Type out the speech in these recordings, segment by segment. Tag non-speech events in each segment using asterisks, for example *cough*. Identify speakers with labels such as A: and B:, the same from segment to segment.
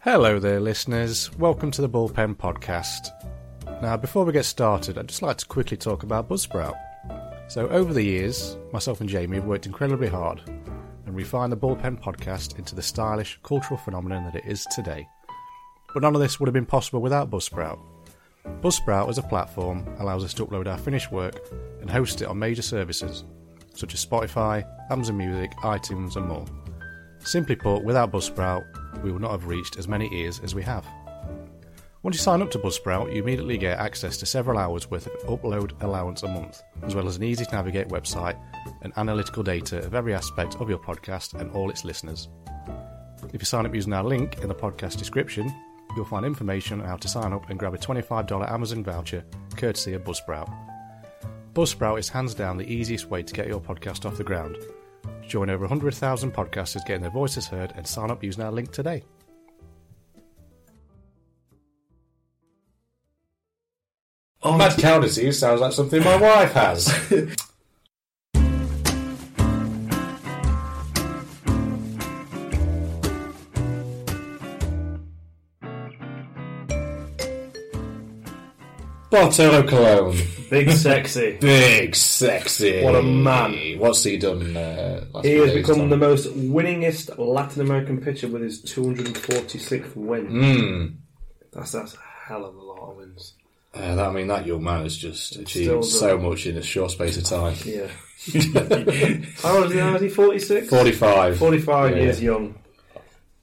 A: Hello there, listeners. Welcome to the Bullpen Podcast. Now, before we get started, I'd just like to quickly talk about Buzzsprout. So, over the years, myself and Jamie have worked incredibly hard and refined the Bullpen Podcast into the stylish cultural phenomenon that it is today. But none of this would have been possible without Buzzsprout. Buzzsprout as a platform allows us to upload our finished work and host it on major services such as Spotify, Amazon Music, iTunes, and more. Simply put, without Buzzsprout, we would not have reached as many ears as we have. Once you sign up to Buzzsprout, you immediately get access to several hours worth of upload allowance a month, as well as an easy to navigate website and analytical data of every aspect of your podcast and all its listeners. If you sign up using our link in the podcast description, you'll find information on how to sign up and grab a $25 Amazon voucher courtesy of Buzzsprout. Buzzsprout is hands down the easiest way to get your podcast off the ground. Join over 100,000 podcasters getting their voices heard and sign up using our link today. Oh, that cow disease sounds like something my wife
B: *laughs*
A: has. Bartolo Cologne.
B: Big sexy.
A: Big, sexy.
B: What a man.
A: What's he done uh, last
B: He
A: few
B: has
A: days,
B: become
A: Tom?
B: the most winningest Latin American pitcher with his 246th win. Hmm.
A: Mm.
B: That's that's a hell of a lot of wins.
A: Uh, that, I mean, that young man has just
B: Still
A: achieved
B: the-
A: so much in a short space of time.
B: Yeah. *laughs* How old is he now? Is he 46?
A: 45.
B: 45
A: Yeah.
B: years young.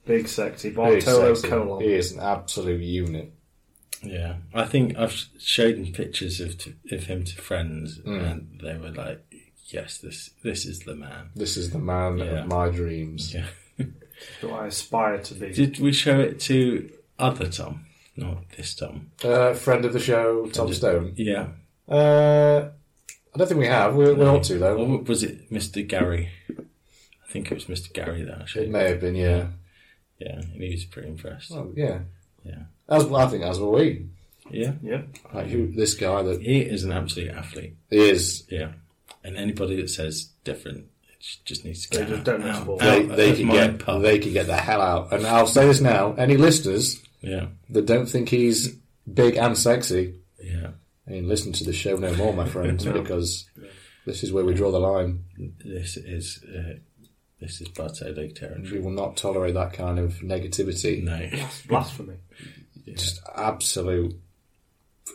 B: Big sexy.
A: Big
B: Bartolo
A: sexy.
B: Colon.
A: He is an absolute unit.
C: Yeah, I think I've showed him pictures of t- of him to friends,
A: Hmm.
C: and they were like, "Yes, this this is the man."
A: This is the man
C: Yeah.
A: of my dreams.
C: Yeah.
B: Do I aspire to be?
C: Did we show it to other Tom? Not this Tom.
A: Uh, friend of the show, Tom Stone.
C: Yeah.
A: Uh, I don't think we have. We, we ought to,
C: Or
A: though.
C: was it Mr. Gary? I think it was Mr. Gary that I showed.
A: It may have been, yeah.
C: Yeah, and he was pretty impressed.
A: Oh, yeah.
C: Yeah.
A: As, I think as were we.
C: Yeah.
B: Yeah.
A: Like, who, this guy that
C: He is an absolute athlete.
A: is,
C: Yeah. And anybody that says different it just needs to
B: They
C: get
B: just
C: out-
B: don't know
C: out-
B: football.
A: they,
C: out
A: they,
C: of
A: can
C: my
A: get,
C: pub.
A: they can get the hell out. And I'll say this now any listeners
C: Yeah.
A: that don't think he's big and sexy,
C: Yeah.
A: I mean, listen to the show no more, my
C: *laughs*
A: friends, because this is where we draw the line.
C: This is uh, this is Bartolo territory.
A: We will not tolerate that kind of negativity.
C: No,
B: That's
A: *laughs*
B: blasphemy.
A: Just absolute.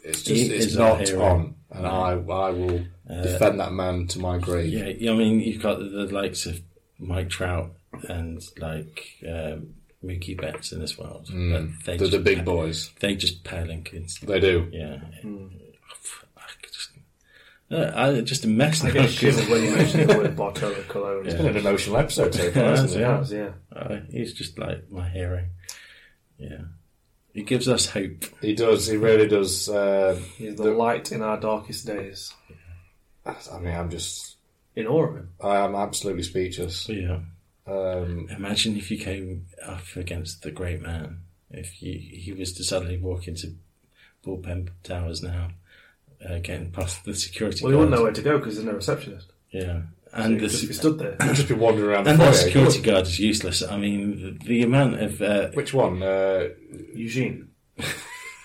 A: It's
C: He
A: just it's
C: is a
A: not
C: hero. Uh,
A: on, and I I will defend that man to my grave.
C: yeah, yeah, I mean you've got the likes of Mike Trout and like um, Mookie Betts in this world. but they
A: Mm. They're the
C: just
A: big
C: pa-
A: boys.
C: They just pale in kids.
A: They do.
C: Yeah,
B: Mm.
C: I could just, uh, I just a mess.
B: I
C: now,
B: get
C: 'cause,
B: shivers when you mention the word Bartolo Colon.
A: It's been an emotional episode so far,
C: Yeah.
A: hasn't it?
B: Yeah, yeah.
C: *laughs* uh, he's just like my hero. Yeah, he gives us hope.
A: *laughs* He does. He really does. Uh,
B: He's the light in our darkest days.
A: I mean, I'm just.
B: In awe of him.
A: I am absolutely speechless.
C: Yeah,
A: *laughs* Um,
C: imagine if you came up against the great man. If you, he was to suddenly walk into bullpen towers now, uh, getting past the security.
B: Well, he wouldn't
C: guards.
B: know where to go because there's no receptionist.
C: Yeah,
B: And
C: and
B: he
C: the
B: just be
C: se-
B: stood there. *coughs*
A: I'll just be wandering around the
C: and that
A: foyer.
C: security guard is useless. I mean, the, the amount of uh,
A: Which one? Uh,
B: Eugene.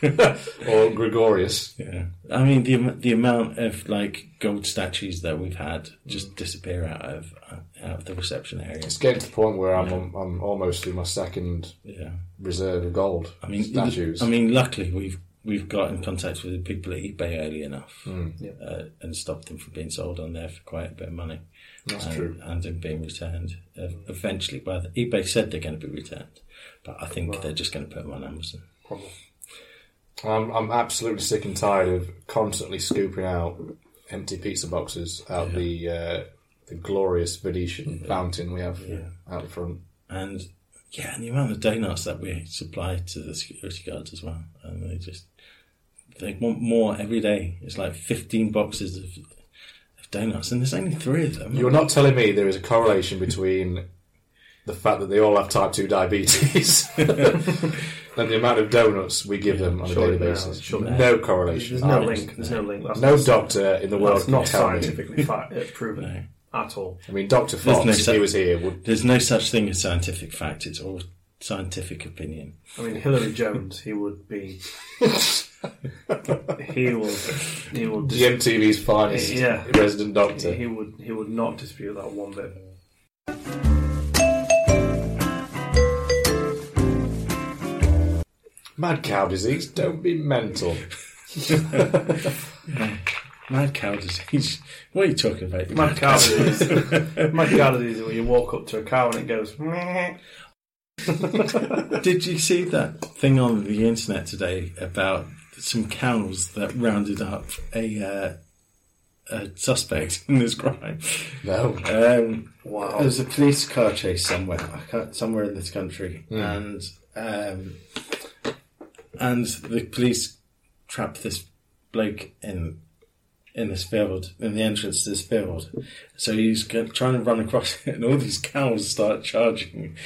A: or Gregorius?
C: yeah, I mean the am- the amount of like gold statues that we've had just disappear out of uh, out of the reception area.
A: It's getting to the point where I'm I'm almost through my second
C: Yeah,
A: reserve of gold
C: I mean
A: statues.
C: I mean, luckily we've we've got in contact with the people at eBay early enough
A: Hmm.
B: Yeah.
C: uh, and stopped them from being sold on there for quite a bit of money.
A: That's
C: and,
A: true.
C: And them being returned uh, eventually. Well, eBay said they're going to be returned, but I think they're just going to put them on Amazon.
B: Probably.
A: I'm I'm absolutely sick and tired of constantly scooping out empty pizza boxes out the uh, the glorious
C: Mm-hmm.
A: Venetian fountain we have out front.
C: And yeah, and the amount of donuts that we supply to the security guards as well, and they just they want more every day. It's like fifteen boxes of, of donuts, and there's only three of them.
A: You're not telling me there is a correlation between the fact that they all have type two diabetes
B: *laughs*
A: and the amount of donuts we give them on a
B: Surely
A: daily
B: there
A: basis.
B: is. Surely
A: No correlation.
B: There's no
A: I-
B: link. There's no link. That's
A: No
B: not-
A: doctor in the world
B: That's
A: can
B: not
A: tell me. *laughs*
B: scientifically fact, uh, proven at all.
A: I mean, Doctor Fox,
C: no
A: if
C: sen-
A: he was here, would
C: There's no such thing as scientific fact. It's all scientific opinion.
B: I mean, Hillary Jones, he
A: *laughs*
B: would be. he will. He will.
A: The MTV's finest
B: Yeah.
A: resident doctor.
B: he would. He would not dispute that one bit.
A: Mad cow disease, don't be
B: *laughs*
A: mental.
C: Mad cow disease. *laughs* What are you talking about?
B: *laughs* Mad cow disease. *laughs* Mad cow disease is where you walk up to a cow and it goes. "Meh."
C: Did you see that thing on the internet today about some cows that rounded up a, uh, a suspect in this crime?
A: No.
C: Um,
B: Wow.
C: There was a police car chase somewhere, I can't, somewhere in this country, and um, and the police trapped this bloke in in this field, in the entrance to this field. So he's go- trying to run across *laughs* it, and all these cows start charging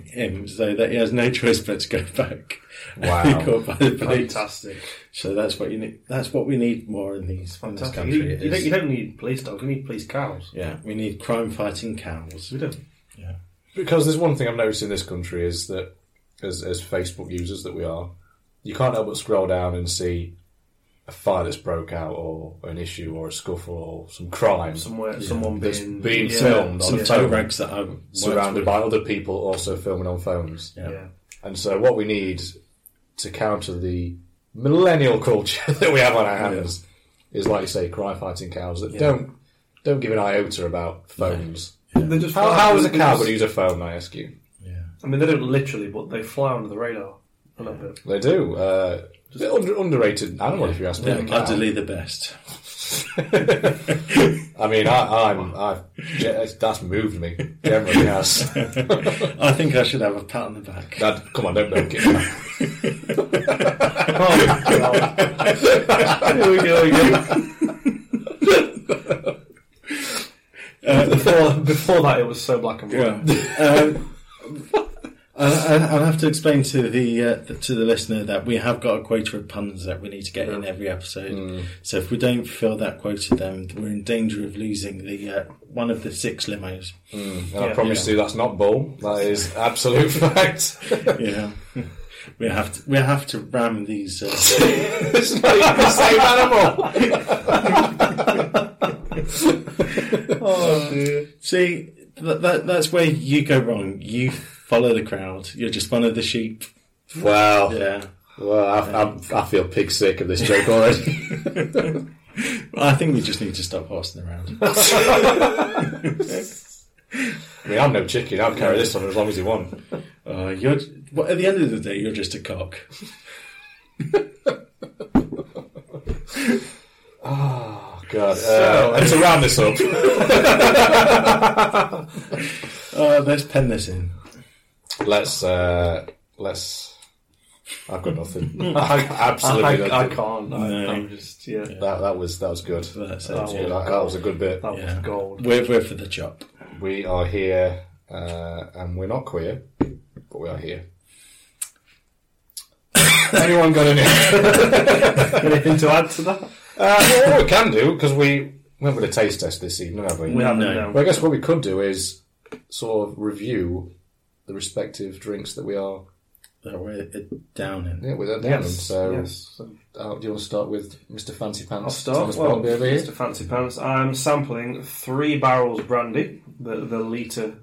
C: him, so that he has no choice but to go *laughs* back.
A: Wow.
C: *laughs* He got by the police.
B: Fantastic.
C: So that's what you need. That's what we need more in these
B: Fantastic.
C: in this
B: You,
C: country.
B: you don't,
C: is-
B: you don't need police dogs. You need police cows.
C: yeah, we need crime-fighting cows.
B: We don't.
A: Because there's one thing I've noticed in this country is that, as, as Facebook users that we are, you can't help but scroll down and see a fire that's broke out, or an issue, or a scuffle, or some crime
B: Somewhere, someone
A: that's
B: being
A: being filmed
C: Some
A: on
C: tow
A: phone,
C: rags that I've
A: surrounded by other people also filming on phones.
C: Yeah.
B: Yeah.
A: And so, what we need to counter the millennial culture *laughs* that we have on our hands is, like you say, crime fighting cows that don't don't give an iota about phones.
B: They just
A: How,
B: fly-
A: how is a
B: they
A: cow
B: just-
A: going to use a phone? I ask you.
B: I mean, they don't literally, but they fly under the radar a little
A: *laughs*
B: bit.
A: They do. Uh, they're under, underrated animal, if you ask me.
C: They're
A: the cow.
C: utterly the best. *laughs*
A: I mean, I, I'm. I've, ge- that's moved me.
B: *laughs*
A: Generally, has.
C: I think I should have a pat on the back.
A: That, come on, don't milk it.
B: Here we go again.
A: *laughs*
B: before, before that, it was so black and white.
C: Yeah. *laughs* um, I, I- I'll have to explain to the uh, to the listener that we have got a quota of puns that we need to get in every episode.
A: Mm.
C: So if we don't fill that quota, then we're in danger of losing the uh, one of the
A: *laughs*
C: six limos.
A: And I promise you, that's not bull. That is absolute *laughs* fact.
C: Yeah, we have to we have to ram these. Uh, *laughs*
A: it's not even the same animal.
C: See, that, that that's where you go wrong. You follow the crowd. You're just one of the sheep.
A: Wow.
C: Yeah.
A: Well, I, I, I feel pig sick of this joke already.
C: *laughs* Well, I think we just need to stop horsing around.
A: I mean, I'm no chicken. I'll carry this on as long as you want.
C: Uh, you're well, at the end of the day, you're just a cock.
A: Oh, God. Uh, and to round this up,
C: Uh, let's pen this in.
A: let's uh, let's. I've got nothing. Absolutely
B: *laughs* I,
A: nothing.
B: I, I can't. I,
C: No.
B: I'm just yeah.
A: That, that was that was good.
C: That's
B: Oh,
C: it.
A: That, that was a good bit.
B: That
C: Yeah.
B: was gold.
C: *laughs* We're, we're for the chop.
A: We are here, uh, and we're not queer, but we are here. *coughs* Anyone got any? *laughs*
B: Anything to add to that?
A: Uh, well, what we can do because we we haven't got a taste test this evening, have we?
B: We haven't.
C: No.
B: No.
A: Well, I guess what we could do is sort of review the respective drinks that we are
C: That we're it down in.
A: yeah, with at the moment.
B: Yes.
A: Um, So,
B: yes. So
A: uh, do you want to start with Mr. Fancy Pants?
B: I'll start.
A: Thomas
B: Well,
A: Bobby over here.
B: Mr. Fancy Pants. I'm sampling three barrels brandy, the the liter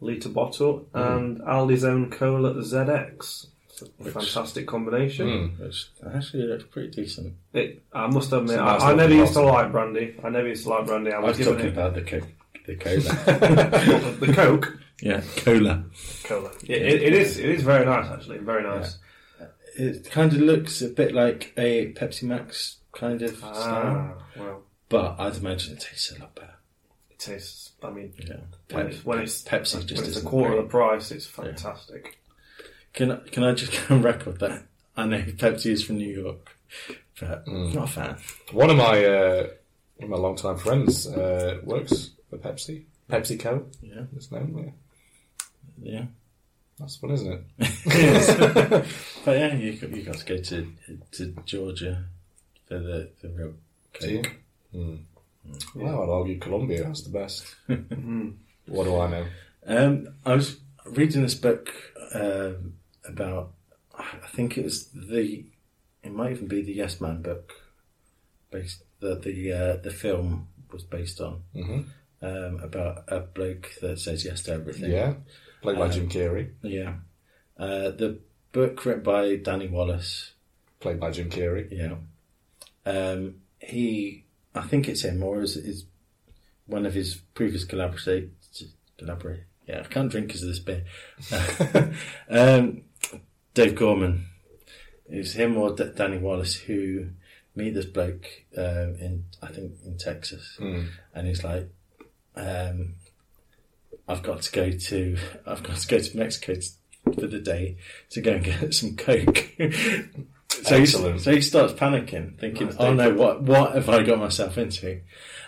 B: liter bottle,
A: Hmm.
B: and Aldi's own cola ZX. It's a fantastic combination.
A: Hmm.
C: Which actually looks pretty decent.
B: It, I must admit,
A: nice
B: I, I
A: looking
B: never used to
A: bottle.
B: like brandy. I never used to like brandy. I
C: I was
B: was, given
C: talking
B: it
C: about the coke. The cola.
B: the Coke
C: *laughs* yeah, cola.
B: cola. Yeah, it, it is. It is very nice, actually. Very nice.
C: It kind of looks a bit like a Pepsi Max kind of style,
B: Ah, well,
C: but I'd imagine it tastes a lot better.
B: it tastes. I mean,
C: Yeah.
B: when it's when it's
C: Pepsi just
B: when it's a
C: isn't
B: quarter
C: very-
B: of the price, it's fantastic.
C: Can I, can I just *laughs* go on record that I know Pepsi is from New York, but not a fan.
A: One of my uh, one of my longtime friends uh, works for Pepsi. PepsiCo.
C: Yeah.
A: His name. Yeah.
C: Yeah,
A: That's fun, isn't it?
C: but yeah, you got, you got to go to to Georgia for the the real cake.
A: Hmm. *laughs* Well, I'd argue Colombia has the best. What do I know?
C: Um, I was reading this book uh, about, I think it was the, it might even be the Yes Man book, based that the uh, the film was based on,
A: Mhm.
C: um, about a bloke that says yes to everything.
A: Yeah, played by Jim Carrey.
C: yeah. Uh, the book written by Danny Wallace.
A: Played by Jim Carrey.
C: Yeah. Um, he, I think it's him, or is, is one of his previous collaborators. Collaborate. Yeah, I can't drink because of this beer. *laughs* um, Dave Gorman. It's him or D- Danny Wallace who meet this bloke um, in, I think, in Texas, and he's like, um, "I've got to go to, *laughs* I've got to go to Mexico t- for the day to go and get *laughs* some coke." so he,
A: Excellent.
C: so he starts panicking, thinking,
B: Nice,
C: "Oh
B: Dave.
C: no, what what have I got myself into?"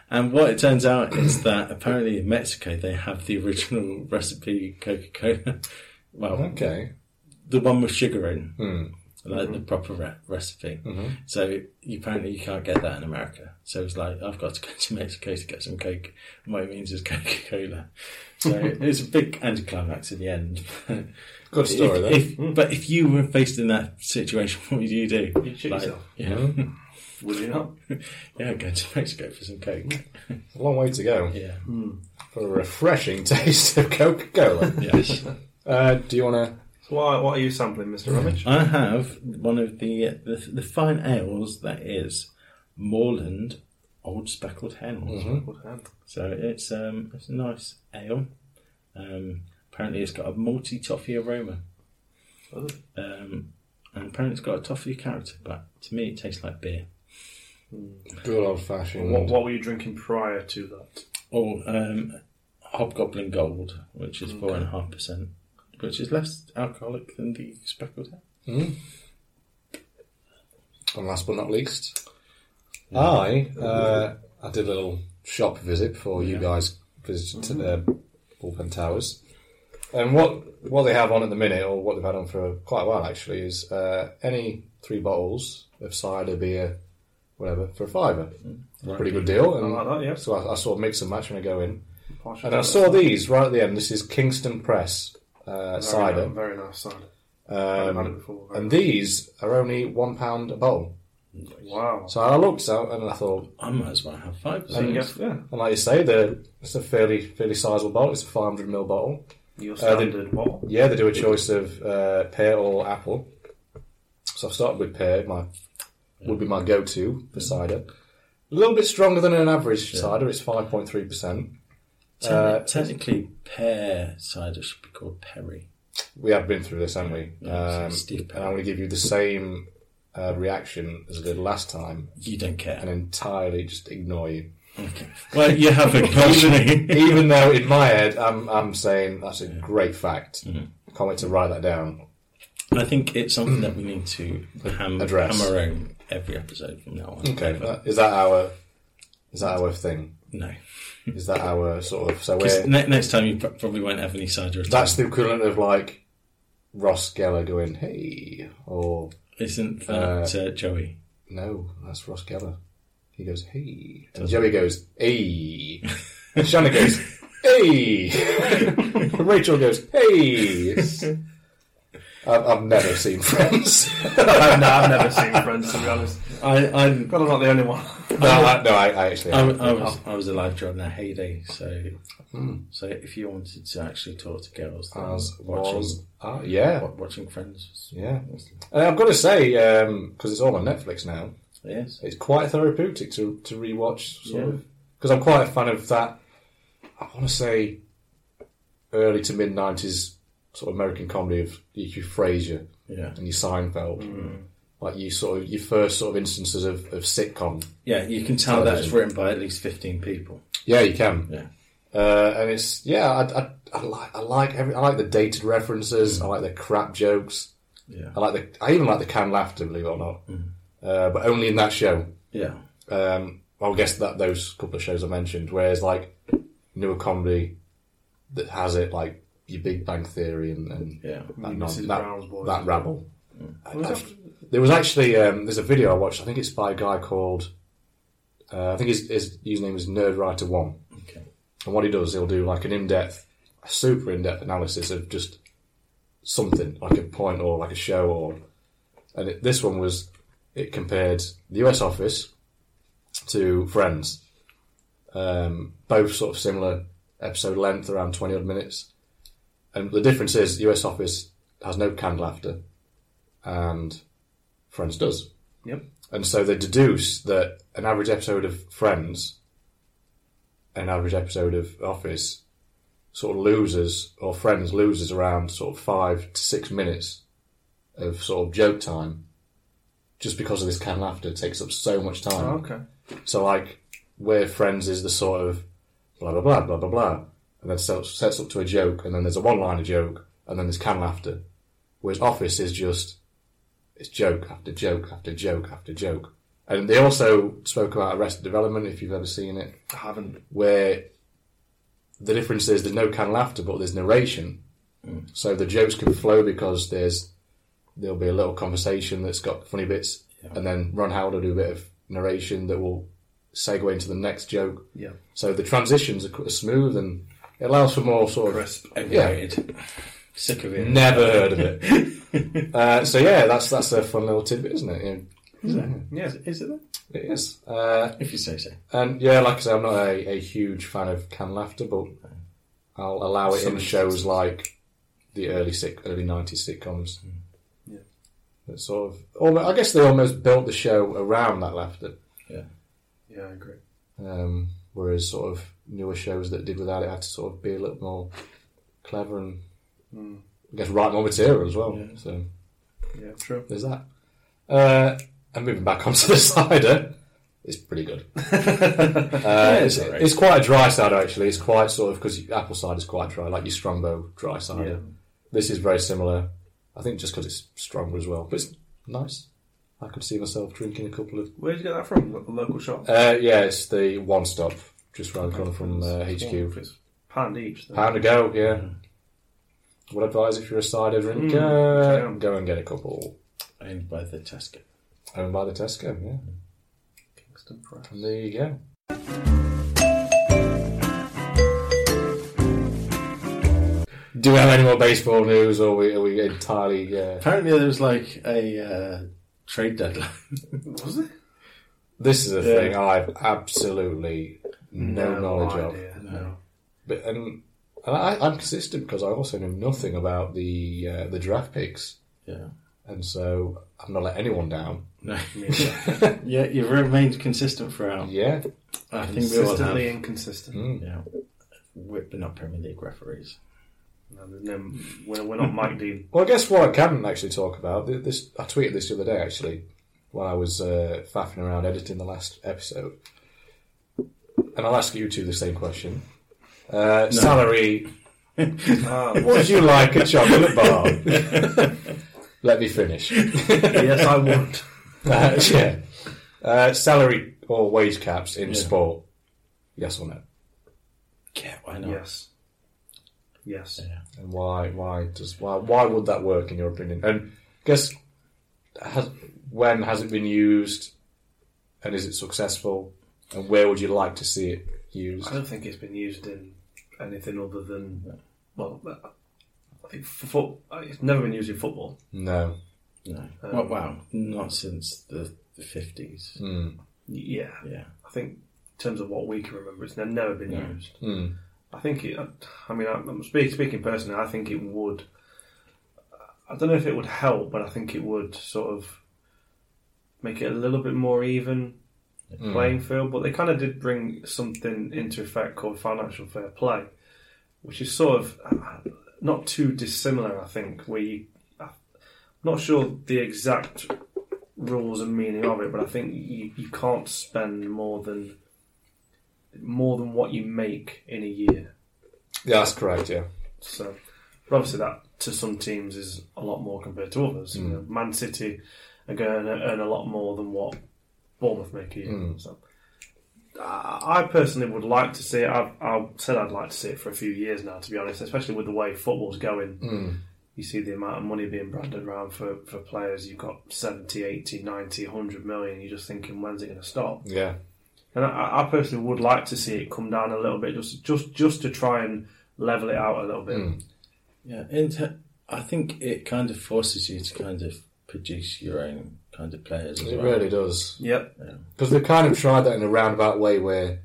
C: And what it turns out is that apparently in Mexico they have the original *laughs* recipe Coca Cola. Well,
A: Okay.
C: the one with sugar in,
A: Hmm. Mm-hmm.
C: like the proper re- recipe. So you, apparently you can't get that in America. So it's like I've got to go *laughs* to Mexico to get some Coke. And what it means is Coca Cola. So
A: *laughs*
C: it's a big anticlimax in the end.
A: Good story, though. Hmm.
C: If- if- but if you were faced in that situation, *laughs* what would you do?
B: You'd shoot yourself.
C: Yeah,
A: Hmm.
B: Would you not?
C: *laughs* yeah, go to Mexico for some
A: Hmm.
C: Coke.
A: a long way to go
C: Yeah,
A: for a refreshing *laughs* taste of Coca Cola.
C: yes.
A: Uh, do you want to?
B: So why, what are you sampling, Mr. Ramage?
C: I have one of the, the the fine ales that is Moorland Old Speckled Hen.
A: Mm-hmm.
C: So it's um, it's a nice ale. Um, apparently, it's got a malty toffee aroma,
B: Oh.
C: um, and apparently, it's got a toffee character. But to me, it tastes like beer.
A: Good old fashioned.
B: What, what were you drinking prior to that?
C: Or um, Hobgoblin Gold, which is four and a half percent, which is less alcoholic than the speckled ale.
A: And last but not least, I uh, I did a little shop visit before you guys visited to
B: Mm-hmm.
A: the Bullpen Towers. And what what they have on at the minute, or what they've had on for quite a while actually, is uh, any three bottles of cider, beer, whatever, for a fiver. It's a pretty good deal. And
B: Mm-hmm. I like that, yeah.
A: So I, I sort of mix and match when I go in.
B: Partial
A: And I saw these right at the end. This is Kingston Press uh,
B: Very
A: cider.
B: nice- Very nice cider. I've had it
A: Um,
B: before. very
A: and these are only one pound a bottle.
B: nice. wow.
A: So I looked out and I thought,
C: I might as well have five
B: So you
C: percent.
B: get, yeah,
A: and like you say, the it's a fairly fairly sizable bottle. It's a 500 ml bottle.
B: your
A: Uh, they-
B: standard bottle.
A: Yeah, they do a choice of uh, pear or apple. So I've started with pear. My would be my go-to
C: Mm.
A: for cider. A little bit stronger than an average cider. It's 5.3 percent. Uh,
C: technically, pear cider should be called Perry.
A: We have been through this, haven't we?
C: Yeah,
A: um,
C: it's steep.
A: and I'm going to give you the same uh, reaction as I did last time,
C: You don't
A: and
C: care.
A: entirely just ignore
C: *laughs*
A: you.
C: Okay. Well, you have a *laughs* company.
A: even though in my head I'm, I'm saying that's a great fact.
C: Mm-hmm.
A: Can't wait to write that down.
C: I think it's something that we need to ham-
A: Mm. Address.
C: hammer on every episode from now on.
A: Okay, that- is that our is that our thing?
C: No.
A: Is that our sort of so
C: 'Cause
A: we're
C: Ne- next time you pr- probably won't have any cider at
A: that's
C: all.
A: the equivalent of like Ross Geller going hey or
C: Isn't that uh, Joey?
A: no that's Ross Geller. He goes hey and Joey goes hey and Shannon goes hey *laughs* and Rachel goes hey. It's- I've, I've never seen Friends.
B: *laughs*
A: *laughs*
B: I've, no, I've never seen Friends, to be honest.
C: I, I,
B: God, I'm not the only one.
A: no, I, no, I, I actually
C: I,
A: haven't.
C: I was I was alive during their heyday, so so if you wanted to actually talk to girls, then
A: Mm. as
C: watching
A: was. Ah, yeah,
C: wa- watching Friends,
A: yeah. And I've got to say, because it's all on Netflix now,
C: yes,
A: it's quite therapeutic to to rewatch. Sort
C: Yeah.
A: of because I'm quite a fan of that. I want to say early to mid '90s sort of American comedy of your Frasier
C: yeah,
A: and your Seinfeld.
C: Mm.
A: Like you sort of your first sort of instances of, of sitcom.
C: yeah. You can tell that it's written by at least fifteen people.
A: Yeah, you can.
C: Yeah.
A: Uh, and it's yeah, I, I, I like I like every, I like the dated references.
C: Mm.
A: I like the crap jokes.
C: Yeah.
A: I like the I even like the canned laughter, believe it or not,
C: Mm.
A: uh, but only in that show.
C: Yeah,
A: Um, I would guess that those couple of shows I mentioned. Whereas like newer comedy that has it like your Big Bang Theory and, and
C: yeah.
A: that,
B: Mrs.
A: that-
B: Brown's Boys.
A: that rabble. I- I've- there was actually um, there's a video I watched. I think it's by a guy called uh, I think his, his username is Nerdwriter One.
C: Okay.
A: And what he does, he'll do like an in-depth a super in-depth analysis of just something like a point or like a show or, and it, this one was it compared the US Office to Friends, um, both sort of similar episode length, around twenty odd minutes, and the difference is the US Office has no canned laughter, and Friends does.
B: Yep.
A: And so they deduce that an average episode of Friends, an average episode of Office, sort of loses, or Friends loses around sort of five to six minutes of sort of joke time just because of this canned laughter. It takes up so much time.
B: Oh, okay.
A: So, like, where Friends is the sort of blah, blah, blah, blah, blah, blah, and then sets, sets up to a joke, and then there's a one liner joke, and then there's canned laughter. Whereas Office is just, it's joke after joke after joke after joke. And they also spoke about Arrested Development, if you've ever seen it
B: I haven't.
A: where the difference is there's no canned laughter, but there's narration. So the jokes can flow because there's there'll be a little conversation that's got funny bits, and then Ron Howard will do a bit of narration that will segue into the next joke.
B: Yeah.
A: So the transitions are, qu- are smooth and it allows for more sort of
C: Crisp. Overrated. Sick of it.
A: Never heard of it. *laughs* uh, so yeah, that's that's a fun little tidbit, isn't it? Yeah,
B: Yeah.
C: Is it? then?
A: it is. Uh,
C: If you say so.
A: And Um, yeah, like I say, I'm not a, a huge fan of canned laughter, but I'll allow it in
C: Some
A: shows like the early sick, early '90s sitcoms.
C: Hmm.
B: Yeah.
A: That sort of, almost, I guess they almost built the show around that laughter.
B: Yeah, I agree.
A: Um, whereas sort of newer shows that did without it had to sort of be a little more clever and I guess write more material as well.
C: Hmm. Yeah.
A: So
B: Yeah, true.
A: *laughs* there's that. Uh, and moving back *laughs* onto the cider, it's pretty good. Uh, it's,
C: alright.
A: it's quite a dry cider actually. It's quite sort of because apple cider is quite dry, like your Strongbow dry cider.
B: Yeah.
A: This is very similar. I think just because it's stronger as well, but it's nice. I could see myself drinking a couple of.
B: Where'd you get that from? The local shop?
A: Uh, yeah, it's the one stop just round the corner from uh, HQ.
B: It's pound each. Then.
A: Pound to go, yeah. Would advise if you're a cider drinker,
B: yeah.
A: go and get a couple.
C: Owned by the Tesco.
A: Owned by the Tesco, yeah.
B: Kingston Press.
A: And there you go. Do we have any more baseball news, or are we, are we entirely? Uh,
C: Apparently there was like a uh, trade deadline.
B: Was it?
A: this is a
C: Yeah.
A: thing I've absolutely no, knowledge of,
B: idea, No.
A: but, and, and I, I'm consistent because I also know nothing about the uh, the draft picks,
C: *laughs* yeah.
A: and so I've not let anyone down.
C: No. yeah, you've remained consistent throughout.
A: Yeah,
C: *laughs* I think we all have.
B: Consistently inconsistent.
A: Mm.
C: Yeah. Whipping up Premier League referees. Hmm?
B: No, there's no, we're, we're not Mike Dean.
A: Well, I guess what I can actually talk about th- this. I tweeted this the other day actually, while I was uh, faffing around editing the last episode, and I'll ask you two the same question. Uh, Salary?
B: *laughs* *laughs* Ah,
A: Would you like a chocolate bar? Let me finish.
B: yes, I would.
A: Uh, yeah. Uh, salary or wage caps in
C: Yeah.
A: sport? Yes or no?
C: Yeah, why not?
B: Yes. Yes.
A: And why? Why does why? Why would that work in your opinion? And I guess has, when has it been used, and is it successful? And where would you like to see it used?
B: I don't think it's been used in anything other than well, uh, I think for, fo- uh, it's never been used in football.
A: No.
C: No. well, wow. Not since the, the 50s.
A: Um, Mm.
B: Yeah,
C: Yeah.
B: I think in terms of what we can remember, it's ne- never been
C: No.
B: used.
A: Mm.
B: I think it. I mean, I'm speak, speaking personally. I think it would. I don't know if it would help, but I think it would sort of make it a little bit more even playing field. But they kind of did bring something into effect called financial fair play, which is sort of uh, not too dissimilar. I think where you, I'm not sure the exact rules and meaning of it, but I think you, you can't spend more than more than what you make in a year.
A: Yeah, that's correct. Yeah.
B: So, but obviously that to some teams is a lot more compared to others. You know, Man City are going to earn a lot more than what Bournemouth make a year. So, I I personally would like to see it. I've, I've said I'd like to see it for a few years now, to be honest, especially with the way football's going. You see the amount of money being branded around for, for players. You've got 70, 80, 90, 100 million. You're just thinking, when's it going to stop?
A: Yeah.
B: And I, I personally would like to see it come down a little bit, just just just to try and level it out a little bit.
C: Yeah, and t- I think it kind of forces you to kind of produce your own kind of players as
A: It
C: well.
A: really does.
B: Yep.
A: Because they've kind of tried that in a roundabout way where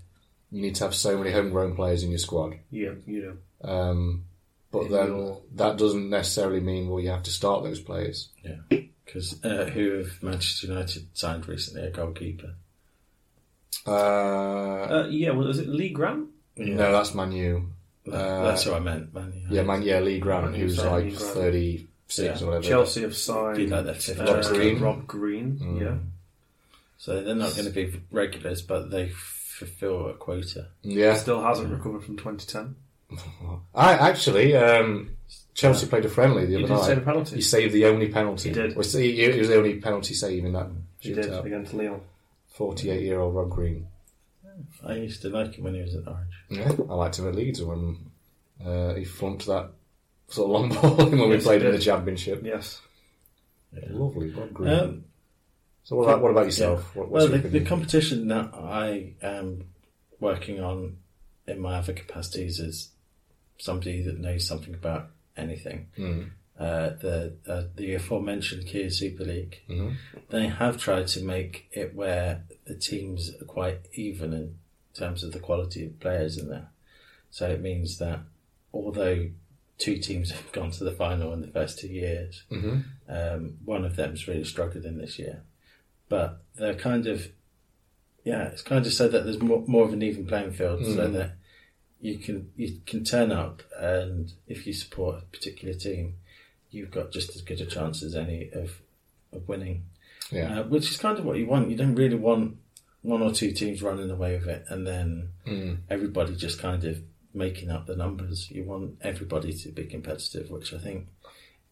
A: you need to have so many homegrown players in your squad.
B: Yeah. Yeah.
A: Um, but
C: It
A: then
C: will-
A: that doesn't necessarily mean, well, you have to start those players.
C: Yeah, because uh, who have Manchester United signed recently? A goalkeeper.
A: Uh,
B: Uh, yeah. Well, is it Lee Grant?
C: Yeah.
A: No, that's Manu.
C: That- that's what I meant. Man, United.
A: Yeah, man, yeah, Lee Grant, who's
B: Yeah,
A: like
B: Lee Grant.
A: 36
C: Yeah.
A: or whatever.
B: Chelsea have signed
C: Be like their fifth
B: uh,
A: Rob Green.
B: Rob Green.
A: Mm.
B: Yeah.
C: So they're not going to be regulars, but they fulfil a quota.
A: Yeah.
B: Still hasn't recovered from 2010.
A: I actually, um, Chelsea played a friendly the
B: You
A: other
B: did
A: night.
B: save a penalty.
A: He saved the only penalty.
B: He did.
A: Well, see, he- he was the only penalty save in that
B: He did
A: shootout.
B: against Leon.
A: 48 year old Rod Green.
C: I used to like him when he was at Orange.
A: Yeah, I liked him at Leeds when uh, he flunked that sort of long *laughs* ball in when we
B: Yes,
A: played
B: he
A: in the
B: did.
A: championship.
B: Yes.
A: Lovely, Rod Green.
B: Uh,
C: Um,
A: so what about, what about yourself?
C: yeah.
A: What, what's
C: well,
A: your
C: the, the
A: opinion?
C: competition that I am working on in my other capacities is somebody that knows something about anything.
A: Hmm.
C: Uh, the uh, the aforementioned Kia Super League,
A: Mm-hmm.
C: they have tried to make it where the teams are quite even in terms of the quality of players in there. So it means that although two teams *laughs* have gone to the final in the first two years,
A: Mm-hmm.
C: um, one of them's really struggled in this year but they're kind of yeah it's kind of so that there's more, more of an even playing field so that you can you can turn up and if you support a particular team you've got just as good a chance as any of of winning
A: yeah.
C: uh, which is kind of what you want you don't really want one or two teams running away with it and then everybody just kind of making up the numbers you want everybody to be competitive which i think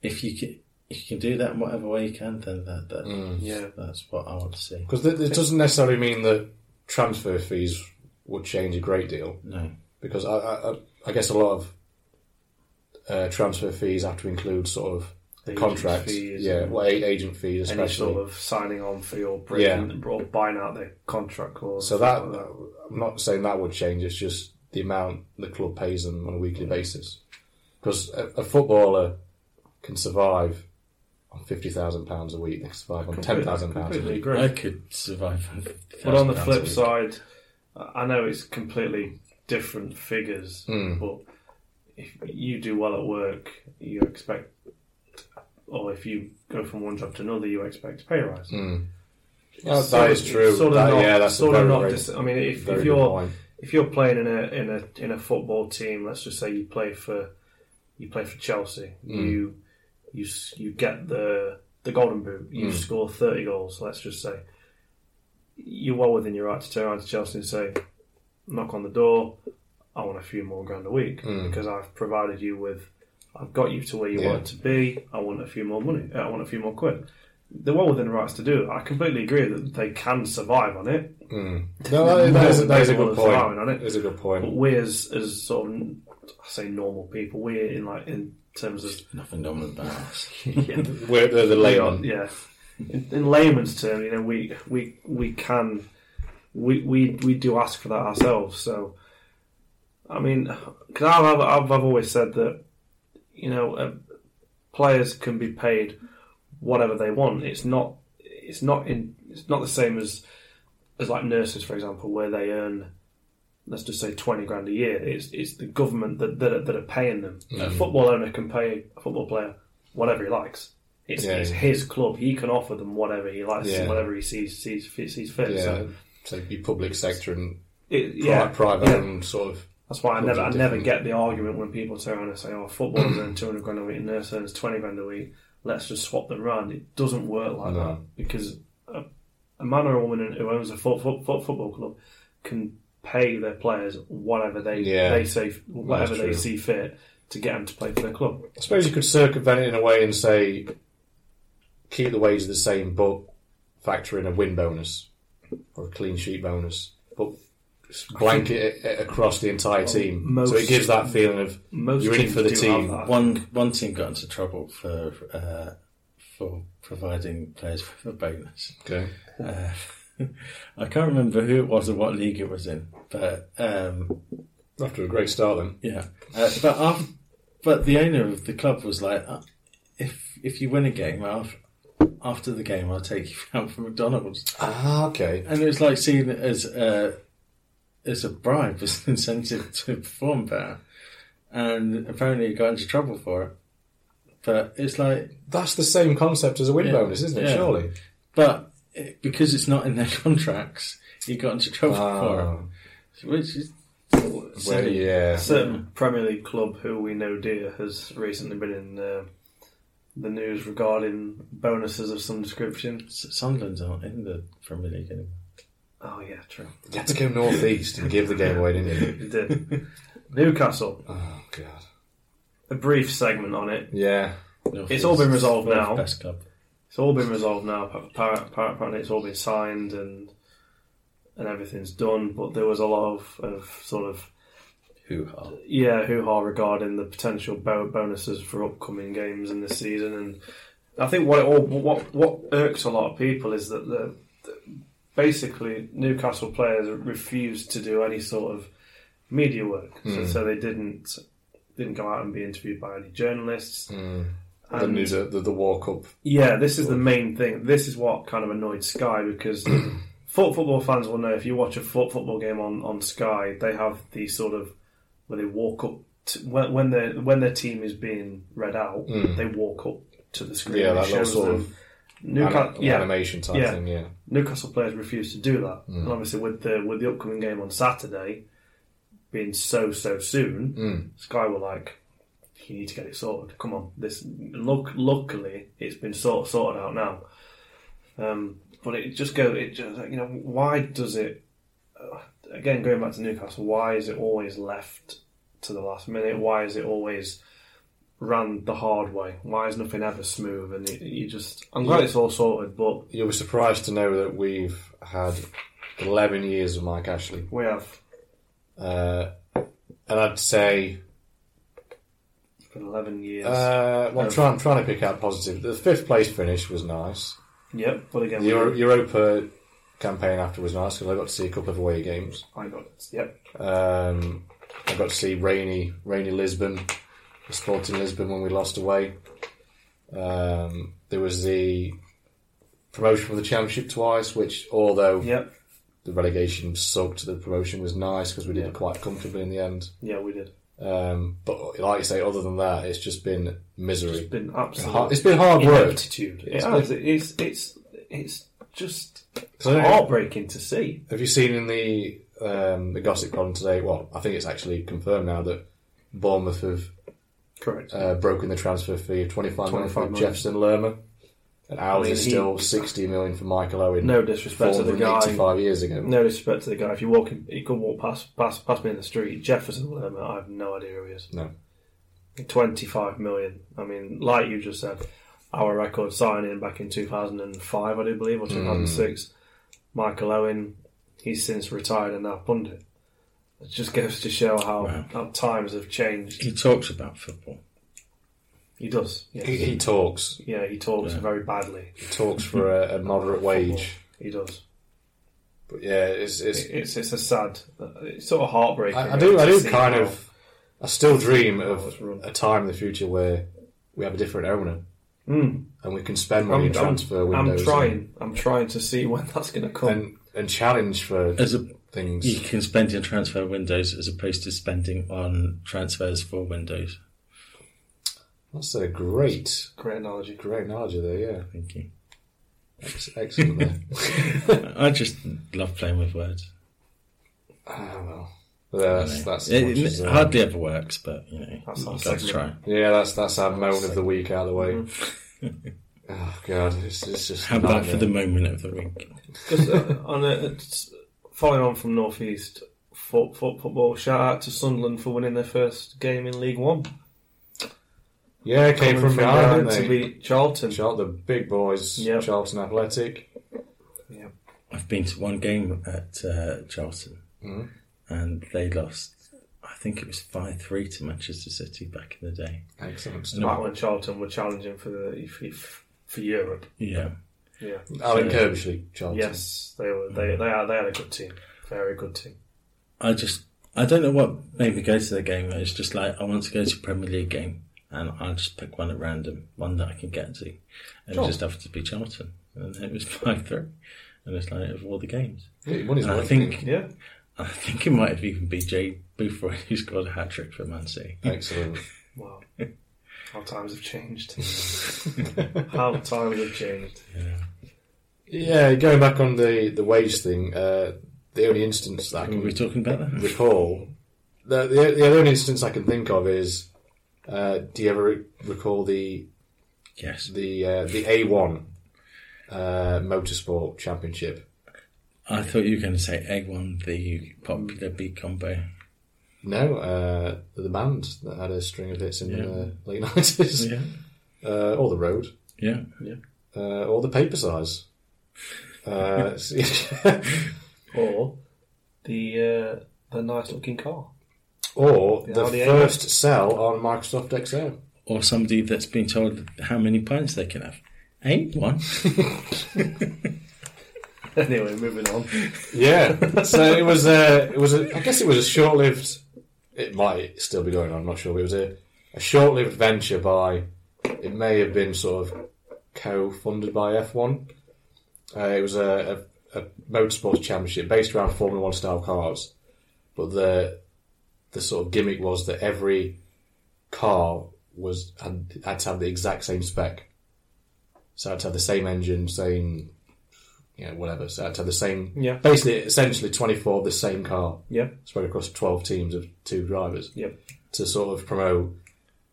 C: if you can if you can do that in whatever way you can then that, that
B: Yeah.
C: that's what I want to see.
A: Because th- it doesn't necessarily mean that transfer fees would change a great deal.
C: No.
A: Because I, I, I- I guess a lot of uh, transfer fees have to include sort of the
B: Agent
A: contracts,
B: fees
A: yeah,
B: and
A: well, a- agent fees
B: Any
A: especially.
B: sort of signing on fee or breaking or buying out their contract clause.
A: So that
B: Like
A: I'm not saying that would change. It's just the amount the club pays them on a weekly basis. Because a, a footballer can survive on fifty thousand pounds a week. They can survive on ten thousand pounds a
B: Completely
A: week.
B: agree.
C: I could survive. on
B: But on the
C: £50,000 a
B: flip
C: week.
B: side, I know it's completely different figures,
A: Hmm.
B: but if you do well at work, you expect, or if you go from one job to another, you expect a pay rise.
A: Mm. That-
B: It's
A: that
B: sort
A: is
B: of-
A: true.
B: it's Sort of
A: That-
B: not,
A: yeah, that's
B: sort
A: a very,
B: of not.
A: very-
B: dis- I mean, if,
A: very
B: if
A: good
B: you're
A: point.
B: if you're playing in a in a in a football team, let's just say you play for you play for Chelsea, you you s- you get the the golden boot, you score thirty goals. Let's just say you're well within your right to turn around to Chelsea and say, knock on the door, I want a few more grand a week because I've provided you with. I've got you to where you
A: Yeah.
B: want it to be. I want a few more money. uh, I want a few more quid. They're well within their rights to do it. I completely agree that they can survive on it.
A: No, that is, that is, that is a
B: *laughs* Well,
A: good
B: it's allowing, isn't
A: point.
B: it?
A: It's a good
B: But
A: point.
B: we as as sort of I say normal people, we in like in terms of
C: Nothing dominant about us.
A: We're, they're the layman.
B: yeah, in, in layman's terms, you know, we we we can we we we do ask for that ourselves. So, I mean, because I've, I've I've always said that you know uh, players can be paid whatever they want. It's not it's not in it's not the same as as like nurses, for example, where they earn. Let's just say twenty grand a year. It's it's the government that that are, that are paying them.
A: Mm.
B: A football owner can pay a football player whatever he likes. It's,
A: Yeah.
B: it's his club. He can offer them whatever he likes,
A: Yeah.
B: and whatever he sees sees fit- sees fit.
A: Yeah.
B: So
A: So be public sector and
B: it,
A: pri-
B: yeah,
A: private
B: yeah.
A: and sort of.
B: That's why I
A: Clubs
B: never,
A: are
B: I never
A: different.
B: get the argument when people turn around and say, "Oh, footballers earn two hundred grand a week, and nurse earns twenty grand a week. Let's just swap them around." It doesn't work like
A: No.
B: that because a, a man or a woman who owns a foot, foot, foot, football club can pay their players whatever they
A: Yeah.
B: they say, whatever they
A: true.
B: see fit to get them to play for their club.
A: I suppose you could circumvent it in a way and say keep the wages the same, but factor in a win bonus or a clean sheet bonus, but just blanket it it across the entire team. so
B: most-
A: it gives that feeling of
B: Most
A: you're in it
B: teams
A: for the
B: do have
A: team.
B: that.
C: one one team got into trouble for uh, for providing players with a bonus. Uh,
A: Okay.
C: *laughs* I can't remember who it was or what league it was in, but um,
A: After a great start, then.
C: Yeah, uh, but after, but the owner of the club was like, uh, if if you win a game, after after the game, I'll take you *laughs* out for McDonald's,
A: Ah, okay.
C: and it was like seen as a as a bribe, *laughs* as an incentive to perform better, and apparently he got into trouble for it. But it's like,
A: That's the same concept as a win
C: Yeah.
A: bonus, isn't it?
C: Yeah.
A: Surely.
C: but it, because it's not in their *laughs* contracts, he got into trouble
A: Ah,
C: for it, which is
A: well, yeah.
B: A certain Premier League club who we know dear has recently been in uh, the news regarding bonuses of some description.
C: Sunderland's aren't in the Premier League anymore.
B: Oh yeah, true.
A: You had to go northeast and give the game away, didn't you?
B: It did. Newcastle.
A: *laughs* Oh god.
B: A brief segment on it.
A: Yeah.
C: North
B: It's all been
C: East,
B: resolved
C: fourth
B: now.
C: Best club.
B: It's all been resolved now. Appa- appa- Apparently, it's all been signed and and everything's done. But there was a lot of, of sort of
A: Hoo ha.
B: yeah hoo ha regarding the potential bo- bonuses for upcoming games in this season. And I think what it all what what irks a lot of people is that the, the- basically Newcastle players refused to do any sort of media work, so,
A: Hmm.
B: so they didn't didn't go out and be interviewed by any journalists.
A: Mm. The,
B: And-
A: news- the, the walk up.
B: yeah, this is the main thing. This is what kind of annoyed
A: *clears throat*
B: Sky because foot football fans will know if you watch a foot football game on, on Sky, they have the sort of where they walk up to, when when their when their team is being read out,
A: Mm.
B: they walk up to the screen.
A: Yeah,
B: It
A: that little
B: shows
A: sort
B: them.
A: of
B: Newca-
A: anim-
B: yeah,
A: animation type
B: Yeah.
A: thing. Yeah.
B: Newcastle players refused to do that, and obviously with the with the upcoming game on Saturday being so so soon,
A: Mm.
B: Sky were like, "You need to get it sorted. Come on, this." Look, luckily, it's been sort sorted out now. Um, but it just go. It just you know why does it? uh, Again, going back to Newcastle, why is it always left to the last minute? Why is it always run the hard way? Why is nothing ever smooth? And it, you just, I'm glad it's all sorted, but
A: You'll be surprised to know that we've had 11 years of Mike Ashley.
B: we have
A: Uh, and I'd say
B: been 11 years.
A: Uh, well, I'm trying, I'm trying to pick out positive. The fifth place finish was nice.
B: yep, but again,
A: The
B: we,
A: Euro- Europa campaign after was nice because I got to see a couple of away games.
B: I got it. Yep,
A: Um, I got to see rainy, rainy Lisbon, the Sporting Lisbon when we lost away. Um, there was the promotion from the Championship twice, which although
B: yep,
A: the relegation sucked, the promotion was nice because we did it quite comfortably in the end.
B: yeah, we did.
A: Um, but like I say, other than that, it's just been misery.
B: It's been absolutely.
A: Hard- It's been hard work.
B: ineptitude.
A: It's
B: It has. It's it's it's just
A: 'Cause I don't know-
B: heartbreaking to see.
A: Have you seen in the um, the gossip column today? Well, I think it's actually confirmed now that Bournemouth have
B: Correct.
A: uh, broken the transfer fee of twenty five million
B: 25
A: for
B: million.
A: Jefferson Lerma, and ours
B: mean,
A: is
B: he-
A: still sixty million for Michael Owen.
B: No disrespect to the guy.
A: Five years ago.
B: No disrespect to the guy. If you walk, in, you could walk past past past me in the street. Jefferson Lerma. I have no idea who he is.
A: No.
B: Twenty five million. I mean, like you just said, our record signing back in two thousand and five, I do believe, or
A: Hmm.
B: two thousand six. Michael Owen. He's since retired and now pundit. It just goes to show how,
C: Wow.
B: how times have changed.
C: He talks about football.
B: He does. Yes.
A: He, he talks.
B: yeah, he talks
C: Yeah.
B: very badly.
A: He talks for a, a moderate wage.
B: He does.
A: But yeah, it's, it's
B: It's it's a sad, it's sort of heartbreaking.
A: I, I do. I
B: to
A: do
B: see
A: kind
B: how-
A: of. I still dream of a time in the future where we have a different owner
B: Mm.
A: and we can spend money in
B: I'm-
A: transfer
B: I'm
A: windows.
B: trying. I'm trying to see *laughs* when that's going to come.
A: And, and challenge for
C: As a
A: things.
C: you can spend in transfer windows as opposed to spending on transfers for windows.
A: That's a great,
B: Great analogy.
A: great knowledge there, yeah.
C: Thank you.
A: Ex- Excellent
C: *laughs*
A: there.
C: I just love playing with words.
A: ah, well. Yeah, that's, that's as
C: It,
A: much as,
C: it
A: uh,
C: hardly ever works, but you know,
B: That's
C: you
B: our
C: got to
B: segment.
C: try.
A: yeah, that's that's our moan of the week out of the way. *laughs* oh, God, it's, it's just.
C: Mm-hmm. How about for the
A: nightmare.
C: moment of the week?
B: Just uh, *laughs* on a, it's- following on from northeast foot, foot, football, shout out to Sunderland for winning their first game in League One.
A: Yeah, it came
B: Coming
A: from behind, didn't
B: to
A: they?
B: beat Charlton.
A: Chart the big boys,
B: Yep.
A: Charlton Athletic.
C: I've been to one game at uh, Charlton,
A: Mhm.
C: and they lost. I think it was five three to Manchester City back in the day.
A: Excellent. stuff.
B: Back when Charlton were challenging for the for, for Europe.
C: Yeah,
B: Yeah.
A: Alan Kirbishley, Charlton.
B: Yes, they were. They they are. They had a good team. Very good team.
C: I just I don't know what made me go to the game. It's just like I want to go to a Premier League game, and I'll just pick one at random, one that I can get to, and
A: Sure.
C: it just happened to be Charlton, and it was *laughs* five three, and it's like of all the games.
A: Yeah, your money's
C: And I
A: worth.
C: think
B: Yeah.
C: I think it might have even been Jay Buford who scored a hat trick for Man City.
A: Excellent. *laughs*
B: Wow. How times have changed. How times have changed.
A: *laughs* Yeah, going back on the, the wage thing, uh, the only instance that I
C: Were
A: can
C: we talking about that?
A: recall, the, the, the only instance I can think of is, uh, do you ever recall the
C: Yes,
A: the uh, the A1 uh, Motorsport Championship?
C: I thought you were going to say Egg One, the popular beat combo.
A: No, uh, the band that had a string of hits in
C: Yeah.
A: the late *laughs* nineties,
C: Yeah,
A: uh, or the road,
C: yeah.
A: uh, or the paper size. Uh, *laughs*
B: Or the uh, the nice looking car.
A: or
B: The
A: the
B: Audi A1.
A: first cell on Microsoft Excel.
C: Or somebody that's been told how many pints they can have. Ain't one.
B: *laughs* Anyway, moving on.
A: Yeah. So it was a, it was a, I guess it was a short-lived. It might still be going on. I'm not sure. But it was a, a short-lived venture by. It may have been sort of co-funded by F1. Uh, it was a, a, a motorsports championship based around Formula One style cars, but the the sort of gimmick was that every car was had, had to have the exact same spec. So it had to have the same engine, same you know, whatever. So it had to have the same
B: Yeah.
A: basically essentially 24 of the same car
B: Yeah.
A: spread across 12 teams of two drivers
B: Yep.
A: to sort of promote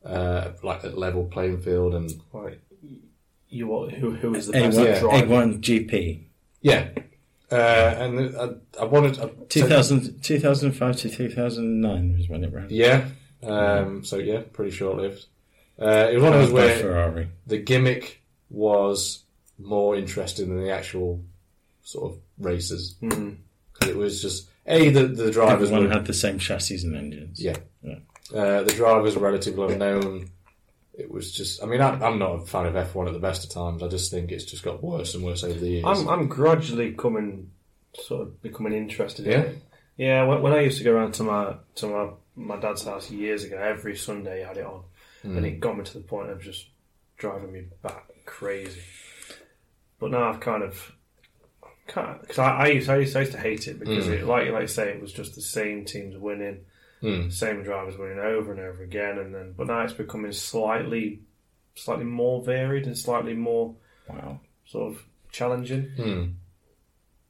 A: uh, like a level playing field and
B: Right. You what? Who who is the
C: Egg
B: best
C: one,
A: yeah.
B: driver?
C: egg one GP.
A: yeah uh, and I, I wanted I,
C: 2000, 2005 to 2009 was when it ran.
A: yeah um, so yeah pretty short lived uh, it was one of
C: Powered
A: those
C: by
A: where
C: Ferrari.
A: the gimmick was more interesting than the actual sort of races
B: Mm.
A: it was just a the, the drivers
C: Everyone
A: were-
C: had the same chassis and engines.
A: Yeah.
C: Yeah.
A: Uh, the drivers were relatively unknown. It was just, I mean, I'm, I'm not a fan of F1 at the best of times. I just think it's just got worse and worse over the years.
B: I'm I'm gradually coming, sort of becoming interested
A: Yeah?
B: in it. Yeah. When, when I used to go around to my to my my dad's house years ago, every Sunday I had it on, and it got me to the point of just driving me back crazy. But now I've kind of. Because I, I, used, I, used, I used to hate it because, it, like like you say, it was just the same teams winning,
A: Mm.
B: same drivers winning over and over again, and then but now it's becoming slightly, slightly more varied and slightly more
C: Wow.
B: sort of challenging,
A: Hmm.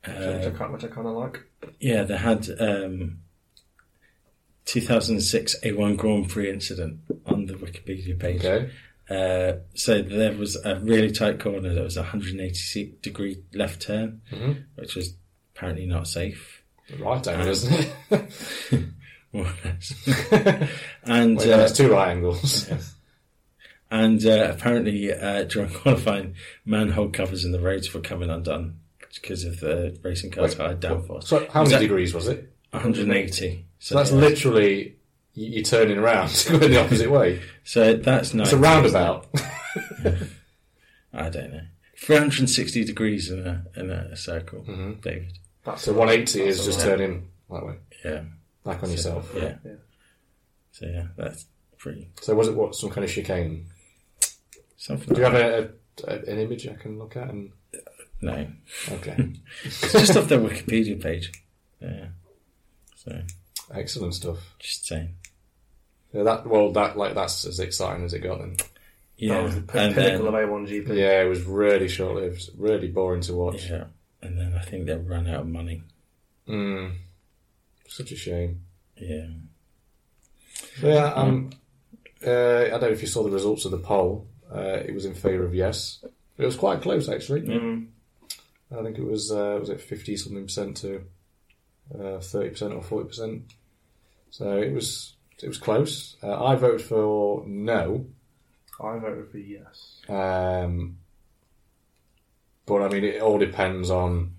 B: which I
A: Um,
B: kind which I kind of like.
C: Yeah, they had um, 2006 A1 Grand Prix incident on the Wikipedia page.
A: Okay.
C: Uh, so there was a really tight corner. There was a 180 degree left turn,
A: Mm-hmm.
C: which was apparently not safe.
A: Right angle, isn't it?
C: *laughs* More or less. *laughs* and
A: Well, yeah,
C: uh,
A: it's two right angles.
C: and uh, apparently uh, during *laughs* qualifying, manhole covers in the roads were coming undone because of the racing car's high downforce.
A: So, how
C: It was
A: many
C: at
A: degrees was it?
C: 180.
A: So
C: So
A: that's literally you, you're turning around *laughs* to go in the opposite
C: *laughs*
A: way.
C: So that's nice.
A: It's a roundabout.
C: I don't know. 360 degrees in a in a circle,
A: Mm-hmm.
C: David.
B: That's
A: So 180 is just turning that way,
C: Yeah,
A: back on yourself.
C: yeah.
B: Yeah.
C: So yeah, that's pretty
A: So was it what some kind of chicane?
C: something.
A: Do you
C: like
A: have a, a, an image I can look at? And
C: that. No, *laughs*
A: okay,
C: it's just off their *laughs* Wikipedia page. Yeah. So
A: excellent stuff.
C: just saying.
A: Yeah, that well, that like that's as exciting as it got then.
B: that
A: Oh,
C: Yeah,
B: was the pin-
C: and
B: pinnacle
C: then
B: of A1GP.
A: Yeah, it was really short lived, really boring to watch.
C: yeah, and then I think they ran out of money.
A: Mm. Such a shame. *laughs*
C: Yeah.
A: But yeah, um, uh, I don't know if you saw the results of the poll. Uh, it was in favour of yes. It was quite close actually.
B: Mm.
A: I think it was uh, was it fifty something percent to uh, thirty percent or forty percent. So it was it was close. Uh, I voted for no.
B: I voted for yes.
A: Um, but I mean, it all depends on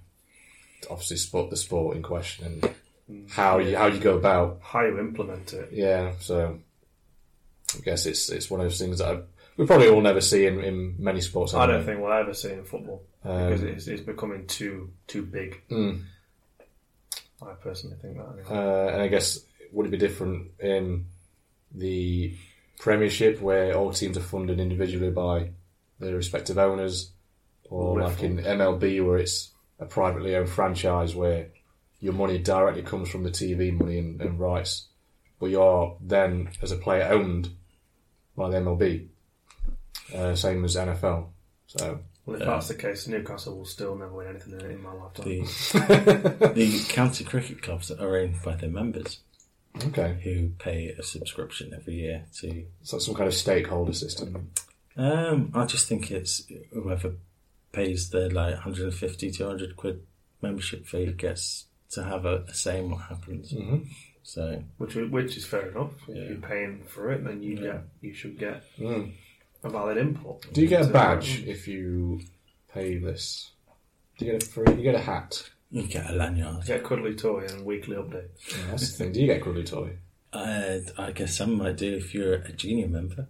A: obviously sport the sport in question
B: Mm.
A: and how you how you go about.
B: How you implement it?
A: Yeah, so I guess it's it's one of those things that i we probably all never see in, in many sports.
B: I don't
A: anyway.
B: think we'll ever see in football
A: Um,
B: because it's, it's becoming too too big.
A: Mm.
B: I personally think that. Anyway.
A: Uh, and I guess would it be different in the Premiership where all teams are funded individually by their respective owners, or like in MLB where it's a privately owned franchise where your money directly comes from the TV money and, and rights, but you're then as a player owned by the MLB, uh, same as NFL. So
B: Well, if that's the case, Newcastle will still never win anything in, in my lifetime.
C: The, the county cricket clubs are owned by their members
A: okay,
C: who pay a subscription every year to.
A: so some kind of stakeholder system.
C: Um, I just think it's whoever pays their like 150, 200 quid membership fee gets to have a, a say in what happens. Mm-hmm. So
B: which which is fair enough.
C: Yeah.
B: If you're paying for it, then you get you should get
A: Mm.
B: a valid input.
A: Do you get a
B: So,
A: badge if you pay this? Do you get a free? You get a hat.
C: you get a lanyard.
B: Get Cuddly Toy and Weekly Update.
A: Yeah, that's the thing. Do you get a cuddly toy?
C: Uh, I guess some might do if you're a junior member.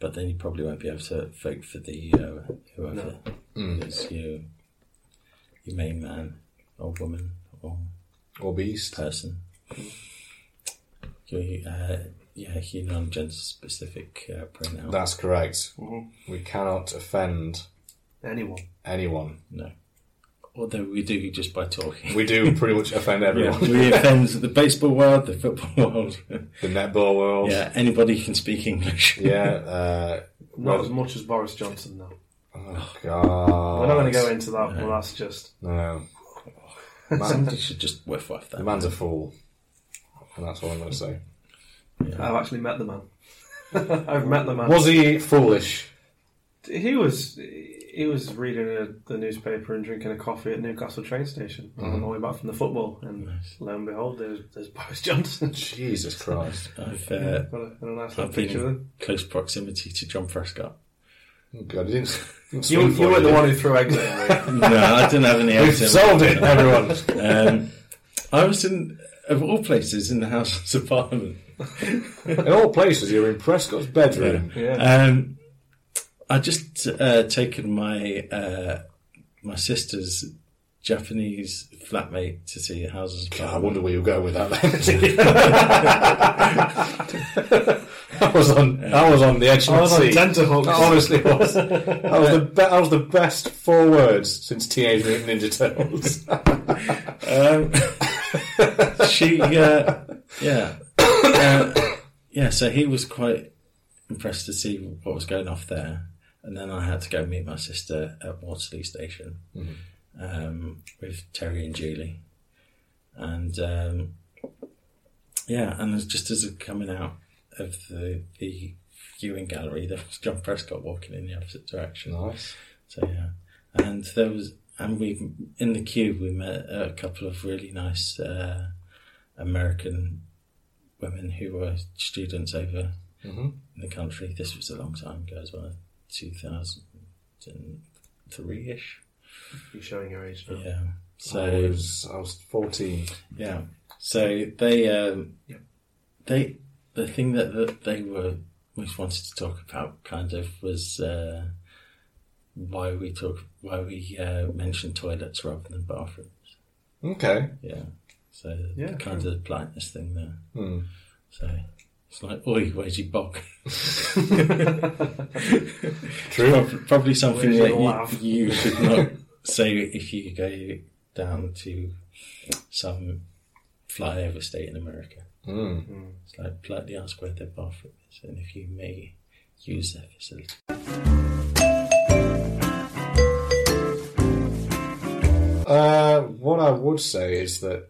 C: But then you probably won't be able to vote for the uh, whoever is your, your main man or woman or
A: Or beast?
C: person. You, uh, yeah, you non-gender specific uh, pronoun.
A: That's correct.
B: Mhm.
A: We cannot offend
B: Anyone?
A: anyone.
C: no. Although we do just by
A: *laughs*
C: talking.
A: We
B: *laughs*
A: do pretty much offend
C: Yeah, *laughs*
A: everyone. *laughs*
C: we offend the baseball world, the football world.
A: The netball world.
C: yeah, anybody can speak English. *laughs*
A: Yeah, uh,
B: Not
A: Well-
B: as much as Boris Johnson, though. *sighs*
A: oh god.
B: We're not going to go into that. Well, that's just
A: No.
C: Somebody should just whiff off that.
A: The man's a fool. And that's all I'm going to say.
B: *laughs* I've actually met the man. *laughs* I've met the man.
A: Was he foolish?
B: He was he was reading a, the newspaper and drinking a coffee at Newcastle train station on the way back from the football, and lo and behold, there's, there's Boris Johnson. *laughs*
A: Jesus Christ.
C: I've, uh,
B: Got a, got a nice little
C: I've been
B: picture of him.
C: in close proximity to John Prescott. *laughs*
A: Oh, God, he didn't. didn't
B: You,
A: swing for
B: you were the
A: did
B: one who threw eggs *laughs* at me.
C: No, I didn't have any
A: he? We've
C: else in-
A: solved it, everyone.
B: *laughs*
C: Um, I was in, of all places, in the House's apartment.
A: In all places, you were in Prescott's bedroom.
B: Yeah.
C: Um, I just uh, taken my uh, my sister's Japanese flatmate to see House's
A: God, I
C: apartment.
A: wonder where you were going with that. *laughs* Then. I was on. I was on the edge of
B: I was
A: my
B: on
A: seat.
B: tenterhooks.
A: I *laughs* honestly was. That was *laughs* the be- that was the best four words since Teenage Mutant Ninja Turtles.
C: Um, she, uh, yeah, uh, yeah. So he was quite impressed to see what was going off there, and then I had to go meet my sister at Waterloo Station um, with Terry and Julie, and um, yeah, and it's just as I'm coming out of the the viewing gallery, there was John Prescott walking in the opposite direction.
A: *laughs* *laughs* nice.
C: So yeah, and there was, and we in the queue we met a couple of really nice uh, American women who were students over in the country. This was a long time ago as well, two thousand and three ish.
B: You're showing your age now.
C: Yeah. So
A: I was. I was fourteen.
C: yeah. So they, um,
B: Yeah.
C: they, the thing that, that they were most wanted to talk about, kind of, was uh, why we talk, why we uh, mention toilets rather than bathrooms.
A: Okay.
C: Yeah. So
B: Yeah,
C: kind of the blindness thing there.
A: Hmm.
C: So it's like, oi, where's your bog?
A: True.
C: Prob- Probably something
B: Where's your
C: that
B: laugh?
C: you, you should not say if you go down to some flyover state in America.
A: Hmm.
C: It's like politely ask where their bathroom is and if you may use their facility.
A: Uh, what I would say is that,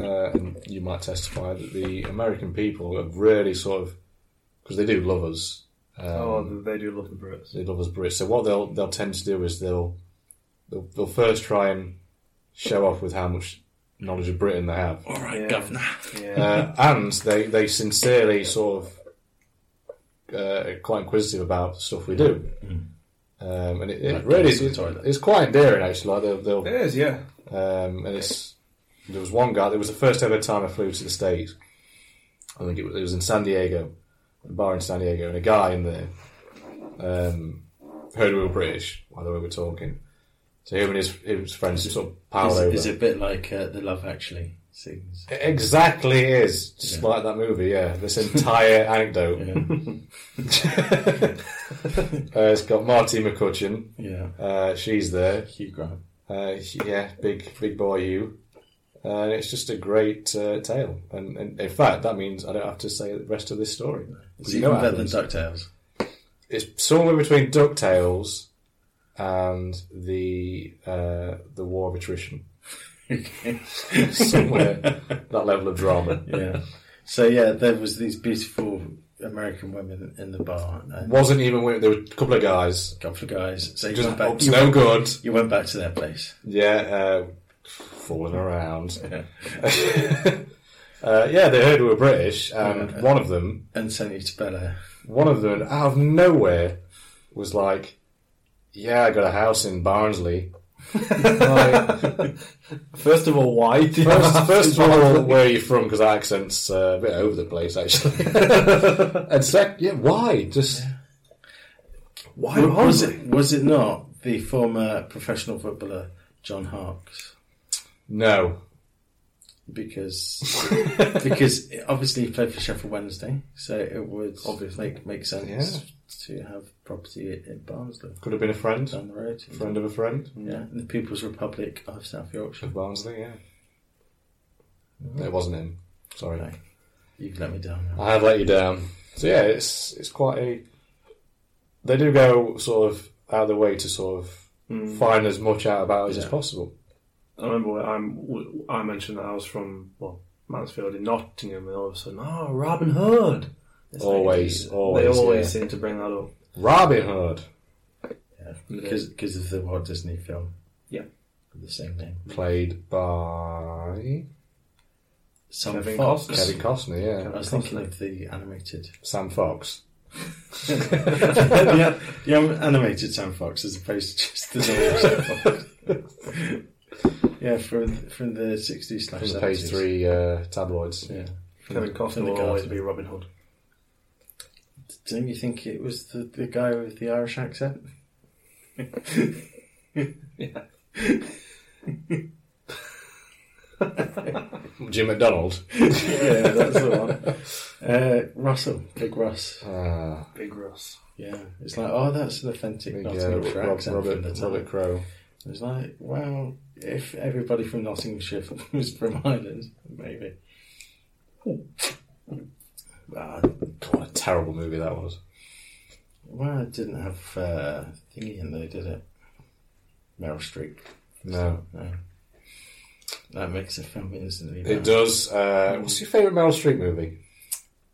A: uh, and you might testify that the American people have really sort of, because they do love us. Um,
B: Oh, they do love the Brits.
A: they love us Brits. So what they'll they'll tend to do is they'll they'll, they'll first try and show off with how much knowledge of Britain they have,
C: All right,
B: Yeah.
C: governor.
B: Yeah.
A: uh, and they they sincerely sort of uh, quite inquisitive about stuff we do. Um, and it, it
C: Mm. Like
A: really
C: going
A: is,
C: to the toilet.
A: it's quite endearing actually. Like they'll, they'll
B: it is, yeah.
A: um, and it's there was one guy. It was the first ever time I flew to the states. I think it was, it was in San Diego, a bar in San Diego, and a guy in there um, heard we were British by the way we're talking. So him and his, his friends sort of piled
C: Is,
A: over.
C: is it a bit like uh, the Love Actually? sings.
A: It exactly is just
C: Yeah.
A: like that movie. Yeah, this entire *laughs* anecdote.
C: Yeah,
A: Uh, it's got Marty McCutcheon.
C: yeah.
A: Uh, she's there.
C: Hugh Grant.
A: Uh, yeah, big big boy you. Uh, and it's just a great uh, tale. And, and in fact, that means I don't have to say the rest of this story.
C: It's
A: You
C: even
A: know
C: better than
A: Adams.
C: DuckTales.
A: It's somewhere between DuckTales and the uh, the War of Attrition. *laughs* Somewhere
C: *laughs*
A: that level of drama.
C: yeah. So yeah, there was these beautiful American women in the bar and
A: Wasn't even with, there were a couple of guys.
C: a couple of guys. So you
A: Just oh,
C: went, back,
A: ups
C: you,
A: no good.
C: you went back to their place.
A: Yeah, uh, fooling around.
C: Yeah.
A: *laughs* Uh, yeah, they heard we were British, and one of them
C: And sent you to Bel Air.
A: one of them out of nowhere was like, "Yeah, I got a house in Barnsley." like,
B: First of all, why? do
A: *laughs*
B: you
A: first,
B: have
A: first
B: to
A: of all,
B: bother?
A: where are you from? Because that accent's uh, a bit over the place, actually. and sec, yeah, why? Just
B: *laughs* why
C: Was
B: was
C: it was it not the former professional footballer John Harkes?
A: no.
C: Because because obviously he played for Sheffield Wednesday, so it would obviously make, make sense to have property in Barnsley
A: Could have been a friend,
C: down the road.
A: friend of a friend
C: Yeah, in the People's Republic of South Yorkshire.
A: of Barnsley. Yeah, No, it wasn't him. Sorry,
C: No. You've let me down. now.
A: I have let you down. So yeah, it's it's quite a. They do go sort of out of the way to sort of find as much out about it as
C: Yeah.
A: possible.
B: I remember when I'm, w- I mentioned that I was from well Mansfield in Nottingham, and all of a sudden, oh, Robin Hood. It's like,
A: Always,
B: they-
A: always,
B: they always
A: yeah.
B: seem to bring that up.
A: Robin Hood
C: Yeah, because because of the Walt Disney film.
B: Yeah.
C: With the same name.
A: played by
C: Some
B: Kevin
C: Fox.
B: Costner.
A: Kevin Costner. Yeah,
C: I was thinking of the animated. *laughs*
A: Sam Fox.
C: yeah, the anim- animated Sam Fox as opposed to just the normal Sam Fox.
A: *laughs*
C: yeah, from from the sixties slash
A: From the page
C: 70s.
A: three uh, tabloids.
C: Yeah.
B: Kevin Costner
C: in the
B: will always
C: garden.
B: be Robin Hood.
C: Don't you think it was the, the guy with the
A: *laughs*
C: Irish accent?
A: Jim McDonald.
C: yeah, that's the one. Uh, Russell, Big Russ.
A: Ah,
B: Big Russ.
C: Yeah, it's like oh, that's an authentic
A: big, uh, Rob,
C: Nottinghamshire accent from the
A: Robert,
C: time.
A: Robert Crow.
C: It was like, well, if everybody from Nottinghamshire *laughs* was from Ireland, maybe. Uh,
A: What a terrible movie that was.
C: well, it didn't have uh, thingy in there, did it? Meryl Streep.
A: No,
C: No. That makes a film instantly.
A: it
C: bad.
A: does. Uh, what's your favourite Meryl Streep movie?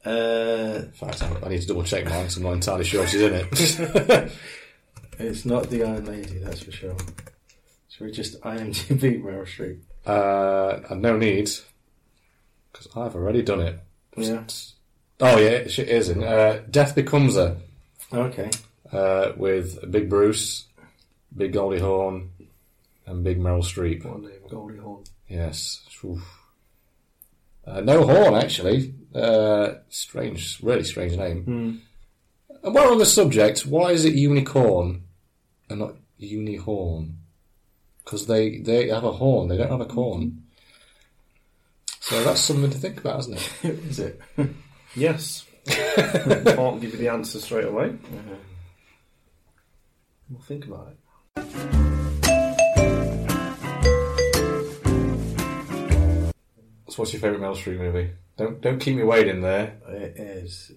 C: Uh,
A: In fact, I I need to double check mine because I'm not entirely sure if she's in it. *laughs*
C: it's not the Iron Lady, that's for sure. Should we just IMDb Meryl Streep?
A: uh, and no need because I've already done it.
C: Yeah.
A: Oh yeah, she is in uh, Death Becomes Her.
C: Okay. *laughs*
A: uh, with Big Bruce, Big Goldie Hawn, and Big Meryl Streep.
B: What a name, Goldie Hawn.
A: Yes. Oof. Uh, no Horn, actually. Uh, strange, really strange name. And while on the subject, why is it unicorn and not unihorn? Because they, they have a horn, they don't have a corn. So that's something to think about, isn't it?
C: Is it? *laughs*
B: Yes. *laughs* Can't give you the answer straight away. We'll think about it.
A: So what's your favourite Meryl Streep movie? Don't don't keep me waiting there.
C: It is.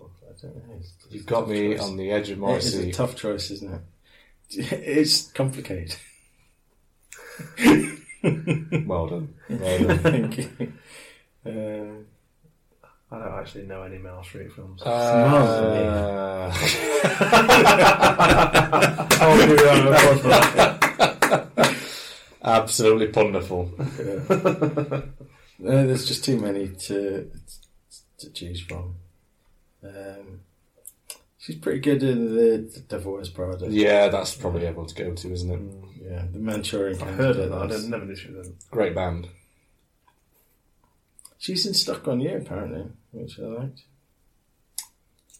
C: oh, I don't know. It's-
A: You've got me on the edge of *laughs* my
C: It is a
A: seat.
C: tough choice, isn't it? *laughs* It's complicated. *laughs*
A: Well done. Well done.
C: *laughs* Thank you. Um,
B: I don't actually know any Meryl Streep films.
C: Ah,
A: Uh, Uh, *laughs* absolutely wonderful.
C: no, there's just too many to to choose from. Um, she's pretty good in the, the Devil Wears Prada.
A: Yeah, that's probably everyone to go to, isn't it?
C: Yeah, the Manchurian.
B: I've heard of
C: Candidate,
B: that. I
C: that's-
B: didn't- never knew she was in. it.
A: Great band.
C: She's in Stuck on You apparently, which I liked.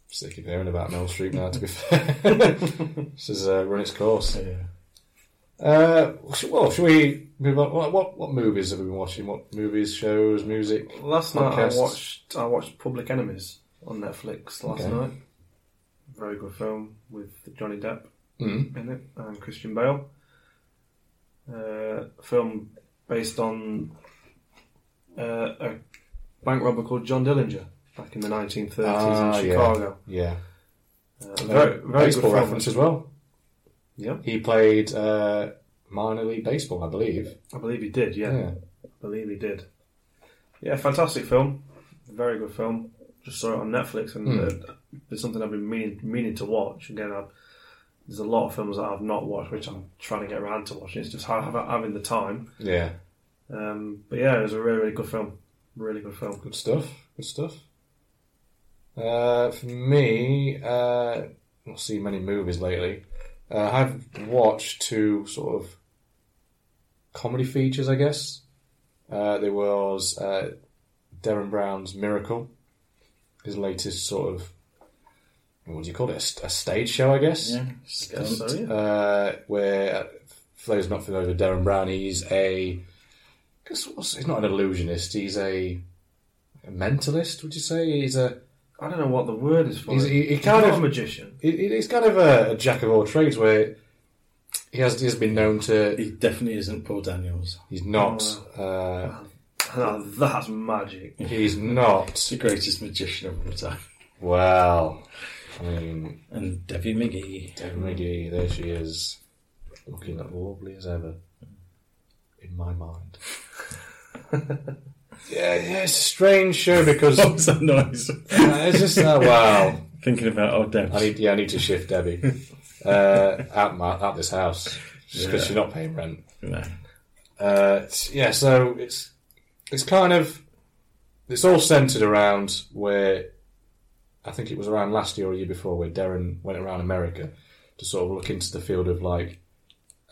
A: Sick *laughs* of hearing about Mel Street now, to be fair. this has uh, run its course.
C: Yeah.
A: Uh, well, should we move on? What, what, what movies have we been watching? What movies, shows, music?
B: Last night
A: Podcasts.
B: I watched I watched Public Enemies on Netflix last
A: Okay.
B: night. Very good film with Johnny Depp
A: Mm.
B: in it and Christian Bale. Uh, film based on uh, a bank robber called John Dillinger back in the 1930s
A: Ah,
B: in
A: yeah.
B: Chicago.
A: Yeah.
B: Uh, very, very good
A: baseball
B: film.
A: reference as well.
B: Yeah,
A: He played uh, minor league baseball, I believe.
B: I believe he did. Yeah,
A: Yeah.
B: I believe he did. Yeah, fantastic film. Very good film. Just saw it on Netflix, and
A: Hmm.
B: uh, it's something I've been meaning, meaning to watch. Again, I've, there's a lot of films that I've not watched, which I'm trying to get around to watching. It's just ha- ha- having the time.
A: Yeah.
B: Um, but yeah, it was a really, really good film. Really good film.
A: Good stuff. Good stuff. Uh, for me, uh, not seen many movies lately. Uh, I've watched two sort of comedy features, I guess. Uh, there was uh, Darren Brown's Miracle, his latest sort of what do you call it? A, st- a stage show, I guess.
C: Yeah.
B: Yes, so, yeah.
A: uh, where for those not familiar with Darren Brown, he's a I guess what's, he's not an illusionist. He's a, a mentalist. Would you say he's a
B: I don't know what the word is for
A: He's-
B: it.
A: he- he
B: He's
A: kind
B: not
A: of-
B: a magician.
A: he- he's kind of a, a jack of all trades. Where he has he has been known to
C: He definitely isn't Paul Daniels.
A: he's not uh,
B: Now, Oh, that's magic.
A: he's not
C: He's the greatest magician of all time.
A: well. I mean,
C: And Debbie McGee. *laughs*
A: Deborah McGee, there she is, looking lovely as ever. In my mind. *laughs* yeah, yeah, it's a strange show
C: *laughs*
A: because
C: What was that noise?
A: Uh, it's just uh, wow.
C: Thinking about old Debs.
A: I need yeah, I need to shift Debbie uh, out my out this house just because she's not paying rent.
C: No.
A: Uh, it's- yeah, so it's it's kind of it's all centered around where I think it was around last year or year before where Darren went around America to sort of look into the field of like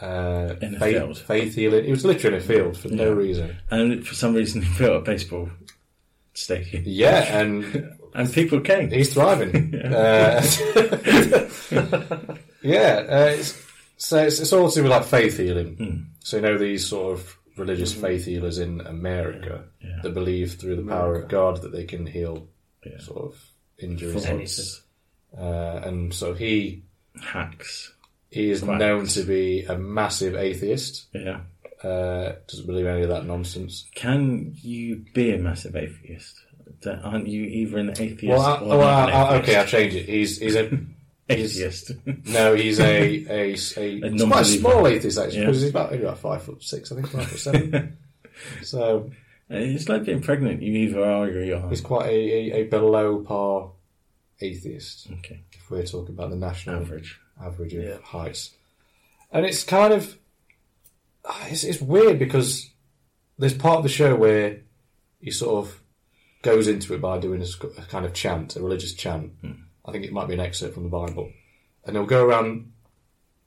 A: uh,
C: In a
A: faith,
C: field.
A: faith healing. He was literally in a field for no
C: Yeah.
A: reason.
C: And for some reason, *laughs* he built a baseball stadium.
A: Yeah,
C: *laughs*
A: and
C: And people came.
A: He's
C: *laughs*
A: thriving. yeah, uh, *laughs* yeah uh, it's, so it's, it's all to do with like faith healing.
C: Hmm.
A: So you know these sort of religious faith healers in America
C: Yeah.
A: that believe through the power of God that they can heal
C: Yeah.
A: sort of injuries.
C: Frauds,
A: Uh, and so he
C: hacks.
A: he is
C: Quacks.
A: known to be a massive atheist.
C: Yeah.
A: Uh, doesn't believe any of that nonsense.
C: Can you be a massive atheist? That- Aren't you either an atheist
A: Well, I,
C: or
A: well I,
C: not
A: I,
C: an
A: okay, I'll
C: atheist?
A: change it. He's he's
C: *laughs*
A: a
C: atheist. *laughs*
A: No, he's a a, a, he's quite a
C: non-believer.
A: small atheist actually
C: Yeah.
A: because he's about, he's about five foot six, I think, five foot
C: *laughs*
A: seven. so
C: it's like being pregnant. You either are or you aren't.
A: he's quite a, a, a below par atheist
C: Okay.
A: if we're talking about the national
C: Average.
A: average of
B: Yeah.
A: heights. And it's kind of ah, it's, it's weird because there's part of the show where he sort of goes into it by doing a, sc- a kind of chant, a religious chant.
C: Hmm.
A: I think it might be an excerpt from the Bible, and he'll go around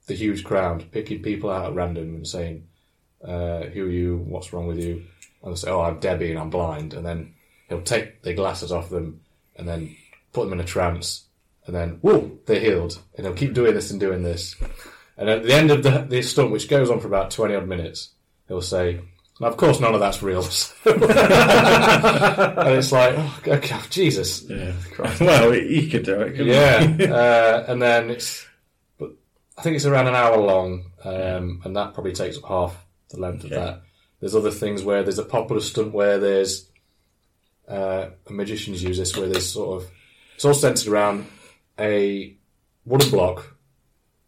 A: the huge crowd picking people out at random and saying, uh, "Who are you? What's wrong with you?" And they'll say, "Oh, I'm Debbie and I'm blind," and then he'll take their glasses off them and then put them in a trance, and then whoa, they're healed, and he'll keep doing this and doing this. And at the end of the, the stunt, which goes on for about 20 odd minutes, he'll say, "Now, Of course, none of that's real. *laughs* and it's like, oh, okay, Jesus. *laughs*
C: Yeah. *laughs* well, you could do it. couldn't you?
A: Yeah. Uh, and then it's, but I think it's around an hour long, um, and that probably takes up half the length
C: Okay.
A: of that. There's other things where there's a popular stunt where there's, uh, magicians use this, where there's sort of, it's all centered around a wooden block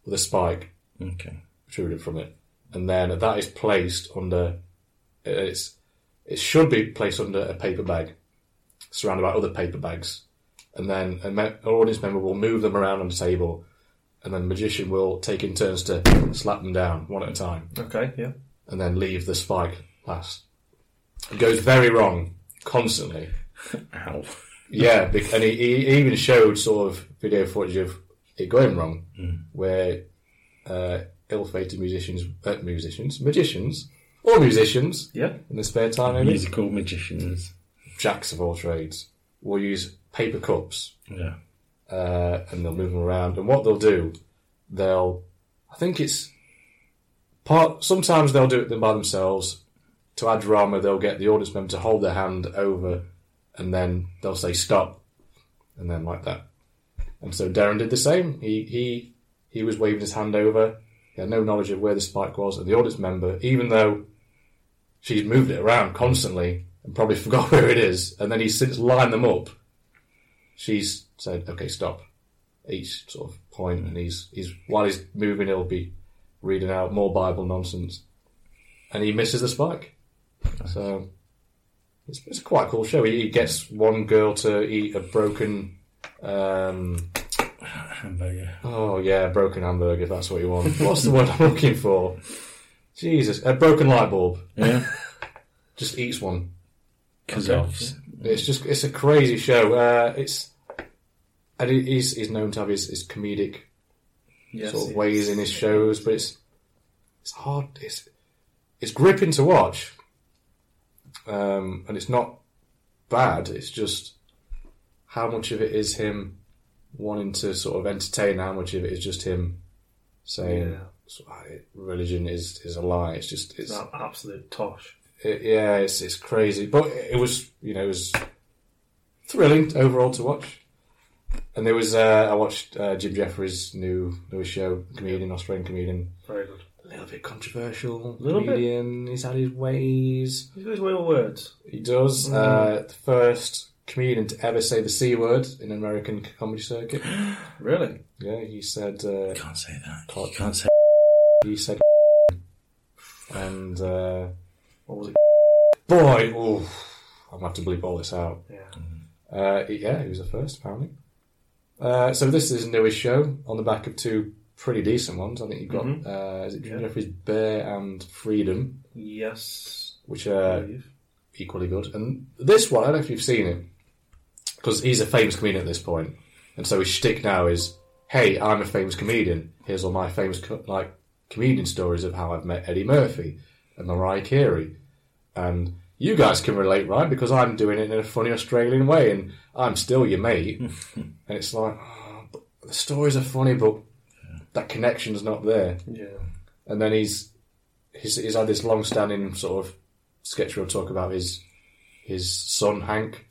A: with a spike
C: Okay.
A: protruded from it, and then that is placed under. It's it should be placed under a paper bag, surrounded by other paper bags, and then a me- an audience member will move them around on the table, and then the magician will take in turns to slap them down one at a time,
B: Okay, yeah.
A: and then leave the spike last. It goes very wrong constantly.
C: Ow.
A: Yeah, bec- and he, he even showed sort of video footage of it going wrong, where uh, ill-fated musicians, uh, musicians, magicians, or musicians
B: Yeah.
A: in their spare time, maybe
C: Musical magicians.
A: jacks of all trades, will use paper cups
C: Yeah.
A: uh, and they'll move them around. And what they'll do, they'll, I think it's Part sometimes they'll do it them by themselves. To add drama, they'll get the audience member to hold their hand over, and then they'll say stop, and then like that. And so Darren did the same. He he he was waving his hand over. He had no knowledge of where the spike was, and the audience member, even though she's moved it around constantly and probably *laughs* forgot where it is, and then he's since lined them up. She's said, "Okay, stop." Each sort of point, and he's he's while he's moving, he'll be reading out more Bible nonsense, and he misses the spike. So it's, it's quite a cool show. He, he gets one girl to eat a broken. Um,
C: Hamburger.
A: Oh yeah, broken hamburger. If that's what you want. What's the word I'm looking for? Jesus, a broken light bulb.
C: Yeah.
A: *laughs* Just eats one.
C: Because of.
A: It's just it's a crazy show. Uh, it's and he- he's he's known to have his, his comedic
B: Yes,
A: sort of
B: yes.
A: ways in his shows, but it's it's hard. It's it's gripping to watch, um, and it's not bad. It's just how much of it is him wanting to sort of entertain, how much of it is just him saying
B: Yeah.
A: "So, I- religion is is a lie. It's just it's
B: It's an absolute tosh.
A: it, yeah, it's it's crazy, but it was you know it was thrilling overall to watch. And there was uh, I watched uh, Jim Jeffries' new new show, comedian, Australian comedian,
B: Very good.
A: a little bit controversial,
B: Little bit.
A: comedian. He's had his ways.
B: He's always way with words.
A: He does uh, the first comedian to ever say the c word in American comedy circuit.
B: Really?
A: Yeah, he said uh,
C: Can't say that. You can't say
A: he said, and uh,
B: What was it?
A: boy, oof, I'm gonna have to bleep all this out.
B: Yeah.
A: Uh, yeah, he was the first, apparently. Uh, so this is a newest show on the back of two pretty decent ones. I think you've got
B: Mhm.
A: uh, is it Jim
B: Yeah.
A: Jeffries Bear and Freedom,
B: Yes.
A: which
B: I
A: are
B: believe.
A: equally good. And this one, I don't know if you've seen it, because he's a famous comedian at this point, and so his shtick now is, "Hey, I'm a famous comedian. Here's all my famous co- like comedian stories of how I've met Eddie Murphy and Mariah Carey." And you guys can relate, right? Because I'm doing it in a funny Australian way, and I'm still your mate. and it's like "Oh, but the stories are funny, but that connection's not there
B: Yeah.
A: and then he's he's, he's had this long-standing sort of sketch we'll talk about his his son Hank,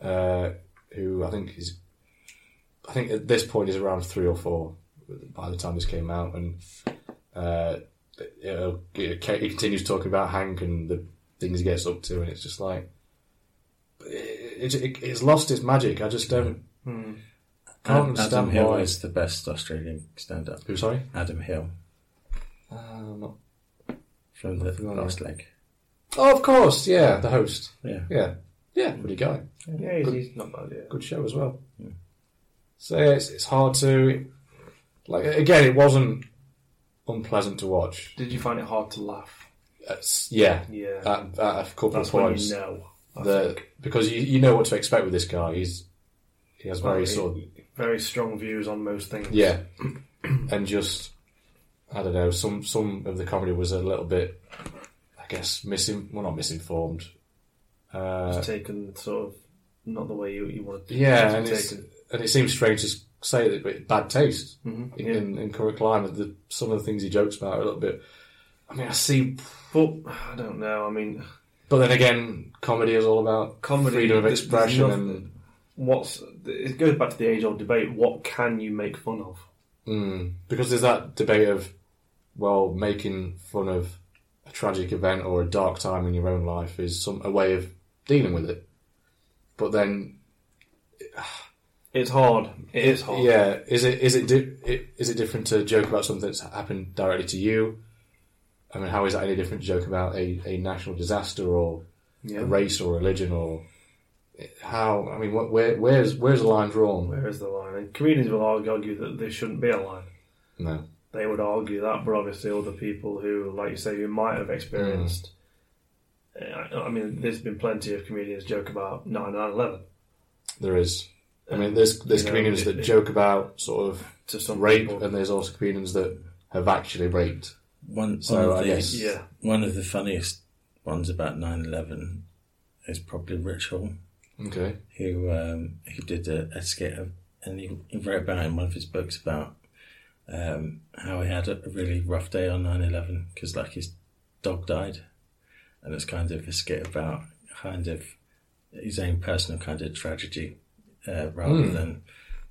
A: uh, who I think is I think at this point is around three or four by the time this came out, and uh, it- it'll- it- he continues talking about Hank and the things he gets up to, and it's just like it, it, it's lost its magic. I just don't.
C: that.
A: Can't
C: Ad-
A: understand
C: Adam Hill
A: why.
C: is the best Australian stand up.
A: Who? Sorry,
C: Adam Hill
A: uh, I'm not-
C: from the
A: familiar.
C: last leg.
A: oh, of course, yeah, the host,
C: Yeah.
A: yeah, yeah, pretty guy.
B: Yeah, he's, he's not bad, yeah.
A: good show as well. So yeah, it's, it's hard to like again. It wasn't unpleasant to watch.
B: Did you find it hard to laugh?
A: It's- yeah,
B: Yeah.
A: At, at a couple
B: That's
A: of
B: when
A: points,
B: you know. I
A: the-
B: think.
A: because you, you know what to expect with this guy. He's he has very
B: Well, he-
A: sort of
B: Very strong views on most things.
A: yeah, *clears throat* and just I don't know. Some some of the comedy was a little bit, I guess, missing. Well, not misinformed. Uh,
B: It's taken sort of not the way you, you want to do
A: yeah,
B: It's
A: and it's,
B: taken.
A: and it seems strange to s- say that, but it's bad taste.
B: Mhm,
A: in,
B: yeah.
A: in, in current climate, the, some of the things he jokes about are a little bit. I mean, I see,
B: But I don't know. I mean,
A: but then again, comedy is all about
B: Comedy,
A: freedom of
B: there's- there's
A: expression,
B: nothing- what's it goes back to the age old debate what can you make fun of
A: and mm, because there's that debate of, well, making fun of a tragic event or a dark time in your own life is some a way of dealing with it. But then,
B: it's hard it is hard
A: yeah, is it is it, di- it is it different to joke about something that's happened directly to you? I mean, how is that any different to joke about a, a national disaster or
B: Yeah.
A: a race or religion or how I mean what, where where's where's the line drawn?
B: where is the line and comedians will argue, argue that there shouldn't be a line
A: No,
B: they would argue that but obviously other people who like you say who might have
A: Mm.
B: experienced I, I mean there's been plenty of comedians joke about 9-11
A: there is. I mean, there's there's
B: You know,
A: comedians
B: it-
A: that
B: it-
A: joke about sort of
B: to some
A: rape,
B: people.
A: and there's also comedians that have actually raped.
C: One,
A: So
C: one of
A: I
C: the,
A: guess-
B: yeah
C: one of the funniest ones about 9-11 is probably Rich Hall,
A: Okay,
C: who um, who did a, a skit of, and he, he wrote about in one of his books about um, how he had a really rough day on 9-11 because like his dog died and it's kind of a skit about kind of his own personal kind of tragedy uh, rather than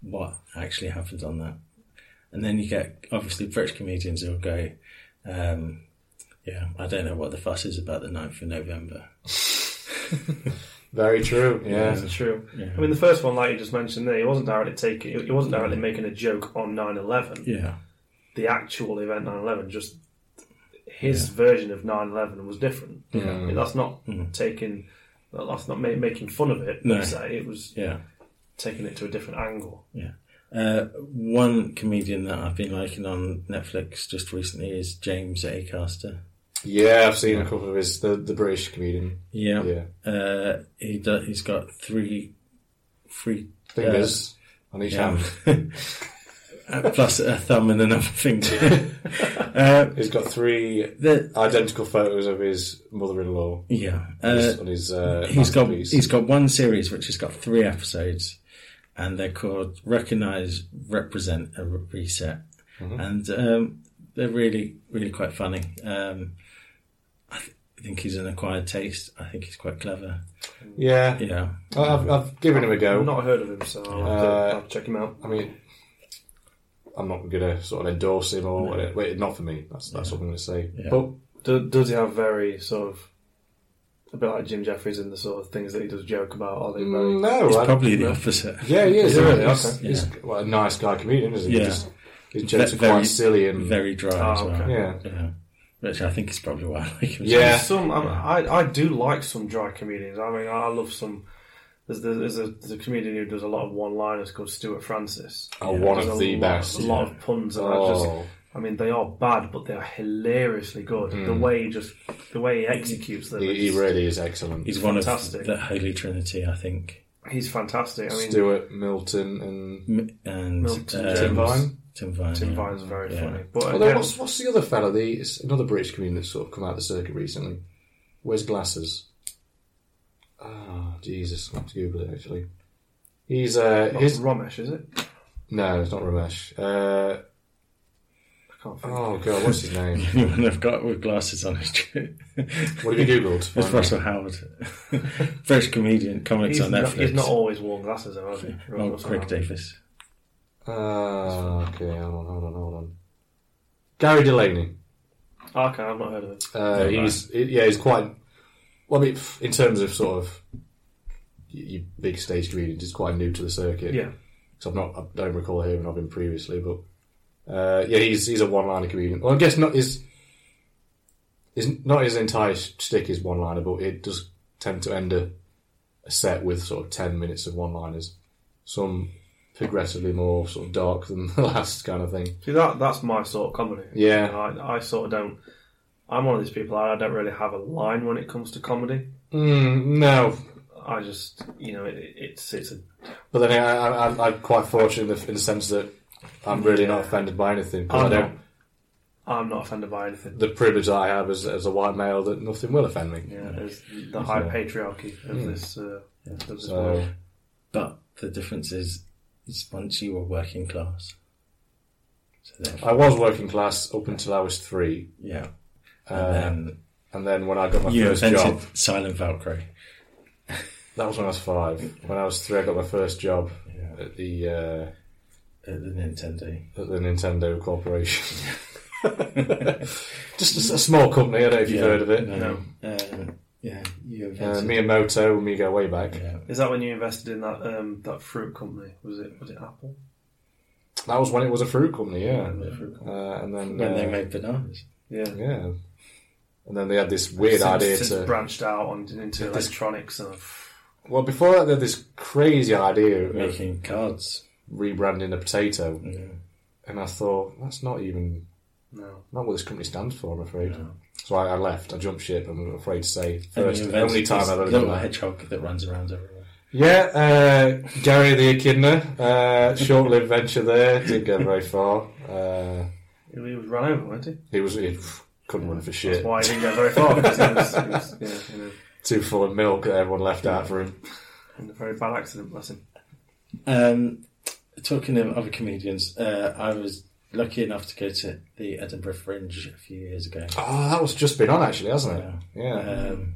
C: what actually happened on that and then you get obviously british comedians who'll go um, yeah i don't know what the fuss is about the 9th of november
A: Very true. Yeah.
B: That's true. I mean, the first one, like you just mentioned, there, he wasn't directly taking, he wasn't directly making a joke on 9/11,
C: yeah
B: the actual event 9/11. Just his version of 9/11 was different. I mean, that's not
A: Mm-hmm.
B: taking, that's not ma- making fun of it.
C: No.
B: Per se. It was
C: yeah
B: taking it to a different angle.
C: Yeah. Uh, one comedian that I've been liking on Netflix just recently is James Acaster.
A: Yeah, I've seen a couple of his the, the British comedian.
C: Yeah.
A: Yeah.
C: Uh, he do, he's got three three uh,
A: Fingers on each
C: Yeah.
A: hand.
C: *laughs* uh, plus a thumb and
A: *laughs*
C: another finger. uh,
A: He's got three
C: the,
A: identical photos of his mother-in-law
C: yeah.
A: on
C: Uh,
A: his- on his. Uh,
C: he's got
A: masterpiece.
C: he's got one series which has got three episodes, and they're called Recognize, Represent, and Reset, and um, they're really really quite funny. Um, I, th- I think he's an acquired taste. I think he's quite clever.
A: Yeah,
C: Yeah,
A: I- I've, I've given him a go.
B: I've not heard of him, so I'll, have to,
A: Oh. Uh,
B: I'll check him out.
A: I mean, I'm not gonna sort of endorse him or wait, not for me. That's that's what I'm gonna say.
C: Yeah.
A: But
B: Do, does he have very sort of a bit like Jim Jeffries in the sort of things that he does joke about? Are they very?
A: mm, no,
C: he's
A: I-
C: probably the opposite.
A: yeah, he is.
B: Is he really?
A: He's,
B: Okay.
A: he's well, a nice guy comedian, isn't he?
C: Yeah.
A: Just, his jokes
C: Ve-
A: are
C: very-
A: quite silly and
C: Very dry as
B: Oh,
C: well.
B: okay.
A: yeah.
C: Yeah. Which I think is probably why I like him. so
A: Yeah.
B: Some I, I I do like some dry comedians. I mean, I love some. There's, there's, there's, a, there's a comedian who does a lot of one-liners called Stuart Francis.
A: Oh, one
B: There's
A: of
B: a
A: the
B: lot-
A: best.
B: A lot of puns, and I just
A: Oh,
B: I mean, they are bad, but they are hilariously good. The way he just the way he executes them,
A: he, Mm. he
B: is-
A: really is excellent.
C: He's
A: He's
C: one
B: Fantastic.
C: of the Holy Trinity, I think.
B: he's fantastic. I mean,
A: Stuart Milton and
C: M- And
B: Milton,
C: um,
A: Tim Vine.
C: Tim Vine.
B: Tim
C: yeah.
B: Vine's very
C: Yeah.
B: funny. But
A: Although,
B: again,
A: what's what's the other fella? The it's another British comedian that's sort of come out of the circuit recently. Where's glasses? Ah, Jesus! I have to Google it actually. He's uh,
B: not
A: his
B: Romesh is it?
A: no, it's not Ramesh. Uh,
B: I can't think.
A: oh god, what's his name?
C: *laughs* Anyone I've got with glasses on is true.
A: What have you googled? to
C: It's
A: find out?
C: Russell Howard, British comedian, comics
B: He's
C: on
B: not,
C: Netflix.
B: he's not always worn glasses, though, has he?
C: oh,
B: Russell
C: Craig
B: Howard.
C: Davis.
A: Ah, okay, hold on, hold on, hold on. Gary Delaney.
B: Ah, Okay, I've not heard of him.
A: Uh, he's he- yeah, he's quite. Well, I mean, f- in terms of sort of y- you big stage comedians, he's quite new to the circuit.
B: Yeah,
A: So I'm not, I don't recall hearing of him previously, but uh, yeah, he's he's a one-liner comedian. Well, I guess not his, his not his entire stick is one-liner, but it does tend to end a, a set with sort of ten minutes of one-liners, some progressively more sort of dark than *laughs* the last kind of thing.
B: see that that's my sort of comedy.
A: Yeah.
B: I, I sort of don't. I'm one of these people. I don't really have a line when it comes to comedy.
A: Mm, no,
B: I just, you know, it, it's it's a
A: but then I, I, I'm- I'm quite fortunate in the, in the sense that I'm really not offended by anything. 'cause
B: I'm
A: I
B: not,
A: don't.
B: I'm not offended by anything.
A: The privilege that I have as, as a white male that nothing will offend me.
B: Yeah, there's the high patriarchy of this uh, of this
A: So.
B: world.
C: But the difference is, is once you were working class. So therefore,
A: I was working class up until I was three,
C: yeah. And then
A: and then when I got Uh, my
C: you
A: first
C: invented
A: job,
C: Silent Valkyrie.
A: that was when I was five. When I was three, I got my first job at the uh,
C: At the Nintendo.
A: at the Nintendo Corporation. *laughs* Just a, s- a small company. I don't know if you've heard of it.
C: No. Uh, yeah, you
A: Uh,
C: invented.
A: Miyamoto and me go way back.
C: yeah.
B: Is that when you invested in that um, that fruit company? Was it was it Apple?
A: That was when it was a fruit company, yeah.
B: The fruit company.
A: Uh, and then
C: When they
A: uh,
C: made bananas.
B: Yeah.
A: yeah, and then they had this weird
B: Since-
A: idea
B: since
A: to
B: branched out on, into electronics and
A: well before that they had this crazy idea of
C: Making cards.
A: rebranding a potato, and I thought that's not even
B: no.
A: Not what this company stands for, I'm afraid. So I, I left. I jumped ship. I'm afraid to say first
C: And you
A: only
C: invented
A: time
C: this
A: I've ever done
C: little
A: that.
C: hedgehog that runs around everywhere.
A: Yeah, uh, Gary the Echidna. Uh, short-lived venture there. Didn't go very far. Uh,
B: He was run over, wasn't he?
A: he was he couldn't run for shit.
B: That's why he didn't go very far. because he was, he *laughs* was yeah, in, a,
A: Too full of milk that everyone left out for him.
B: in a very bad accident, bless him.
C: Um, talking of other comedians, uh, I was lucky enough to go to the Edinburgh Fringe a few years ago.
A: Oh, that was just been on actually, hasn't it? Yeah.
C: Um,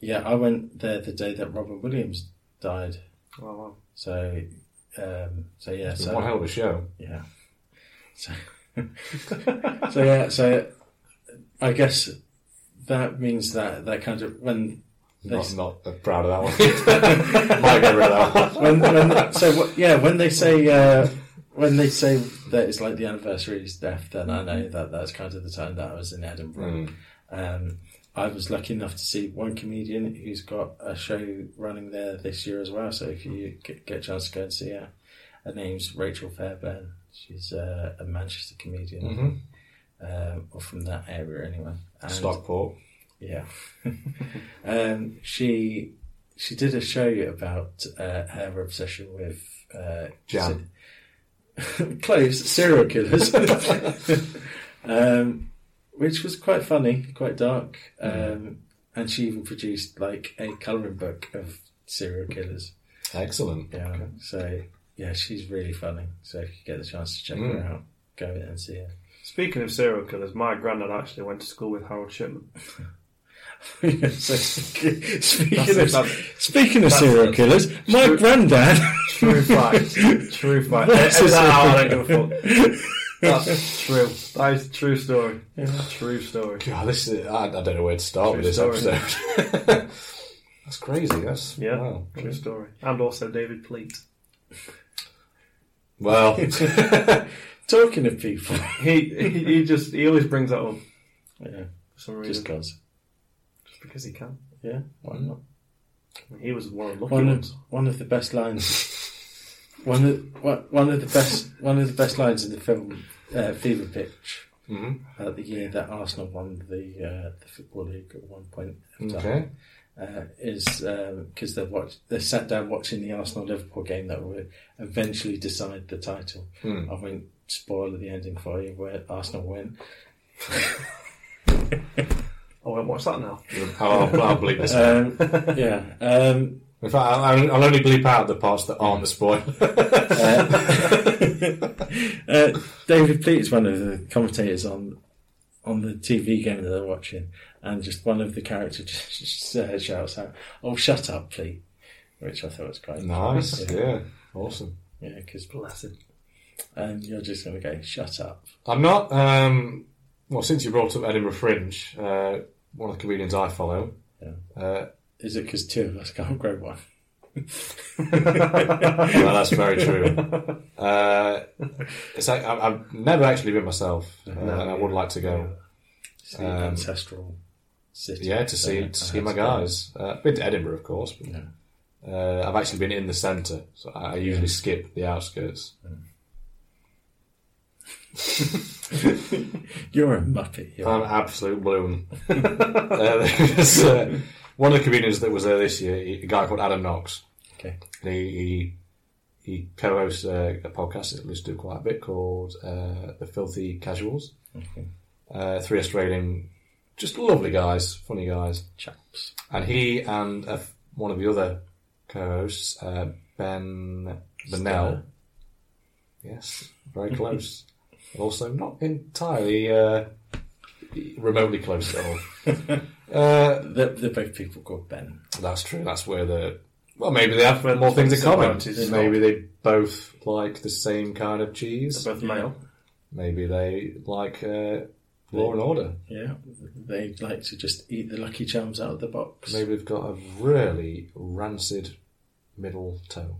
C: yeah, I went there the day that Robin Williams died.
B: Oh, wow.
C: So, um, so yeah,
A: It's
C: so
A: one hell of a show.
C: yeah, so, *laughs* so yeah, so I guess that means that that kind of when
A: Not,
C: Nice.
A: not proud of that one. Might get rid of that one.
C: when, when so what, yeah when they say uh, when they say that it's like the anniversary's death, then I know that that's kind of the time that I was in Edinburgh.
A: Mm.
C: Um, I was lucky enough to see one comedian who's got a show running there this year as well. So if you get, get a chance to go and see her, her name's Rachel Fairbairn. She's uh, a Manchester comedian,
A: Mhm.
C: um, or from that area anyway. And,
A: Stockport.
C: Yeah. *laughs* um, she she did a show about uh, her obsession with uh,
A: Jam.
C: *laughs* se- close serial killers. um, which was quite funny, quite dark. Um, and she even produced like a colouring book of serial killers.
A: Excellent.
C: Yeah. So yeah, she's really funny. So if you get the chance to check her out, go and see
B: Speaking of serial killers, my granddad actually went to school with Harold Shipman.
C: *laughs* her. so, speaking
B: That's-
C: of
B: that's-
C: speaking of serial killers, my *laughs* granddad.
B: *laughs* True fact. *laughs* true fact.
C: That's
B: Eh,
C: a
B: no, I
C: serial
B: don't give a fuck. *laughs* That's true. That is a true story. True story.
A: God, this is, I, I don't know where to start
B: True
A: with this
B: story.
A: episode. *laughs* That's crazy. That's
B: Yeah,
A: wow.
B: true story. And also David Pleat.
A: Well,
C: Talking of people,
B: He, he he just he always brings that up
C: yeah,
B: for some reason
C: just cause.
B: just because he can.
C: Yeah, why not?
B: He was one of the lucky
C: One of,
B: ones.
C: one of the best lines. One of one- one of the best one of the best lines in the film uh, Fever Pitch.
A: Mhm.
C: Uh, the year that Arsenal won the uh, the football league at one point of time
A: okay.
C: uh, is because they're watch they sat down watching the Arsenal Liverpool game that will eventually decide the title. I won't spoil the ending for you where Arsenal win.
B: Oh, I won't watch that now.
A: I'll, I'll bleep this.
C: Um, yeah. Um,
A: In fact, I'll, I'll only bleep out the parts that aren't the spoiler.
C: Uh, *laughs* David Pleat is one of the commentators on on the TV game that they're watching, and just one of the characters *laughs* just, just, uh, shouts out, "Oh, shut up, Pleat," which I thought was
A: *laughs*
C: quite
A: nice.
C: Yeah,
A: Yeah. Awesome.
C: yeah, because
B: Bless *laughs* him.
C: and you're just going to go, "Shut up."
A: I'm not. Um, well, since you brought up Edinburgh Fringe, uh, one of the comedians I follow.
C: Yeah.
A: Uh,
C: Is it because two of us can't grow one?
A: well, that's very true. Uh, it's like, I, I've never actually been myself, uh, and I would like to go.
C: It's the
A: Um,
C: ancestral city.
A: Yeah, to see
C: Yeah,
A: to see my
C: that's cool.
A: guys. Uh, been to Edinburgh, of course. But,
C: Yeah.
A: uh, I've actually been in the centre, so I I usually skip the outskirts.
C: You're a muppet.
A: *laughs*
C: You're
A: I'm an absolute bloom. *laughs* uh, there's, uh, one of the comedians that was there this year, he, a guy called Adam Knox.
C: okay.
A: And he he, he co-hosts uh, a podcast that I listen to quite a bit called uh, The Filthy Casuals.
C: Okay.
A: Uh, three Australian, just lovely guys, funny guys.
C: Chaps.
A: And he and uh, one of the other co-hosts, uh, Ben Bennell. Yes, very close. And also not entirely uh, remotely close at all. uh,
C: They're, they're both people called Ben.
A: that's true. That's where the well, maybe they have more things in common.
B: Similarities.
A: Maybe they both like the same kind of cheese.
B: They're both male.
A: Maybe they like uh, Law and Order.
C: Yeah, they like to just eat the Lucky Charms out of the box.
A: Maybe they've got a really rancid middle toe.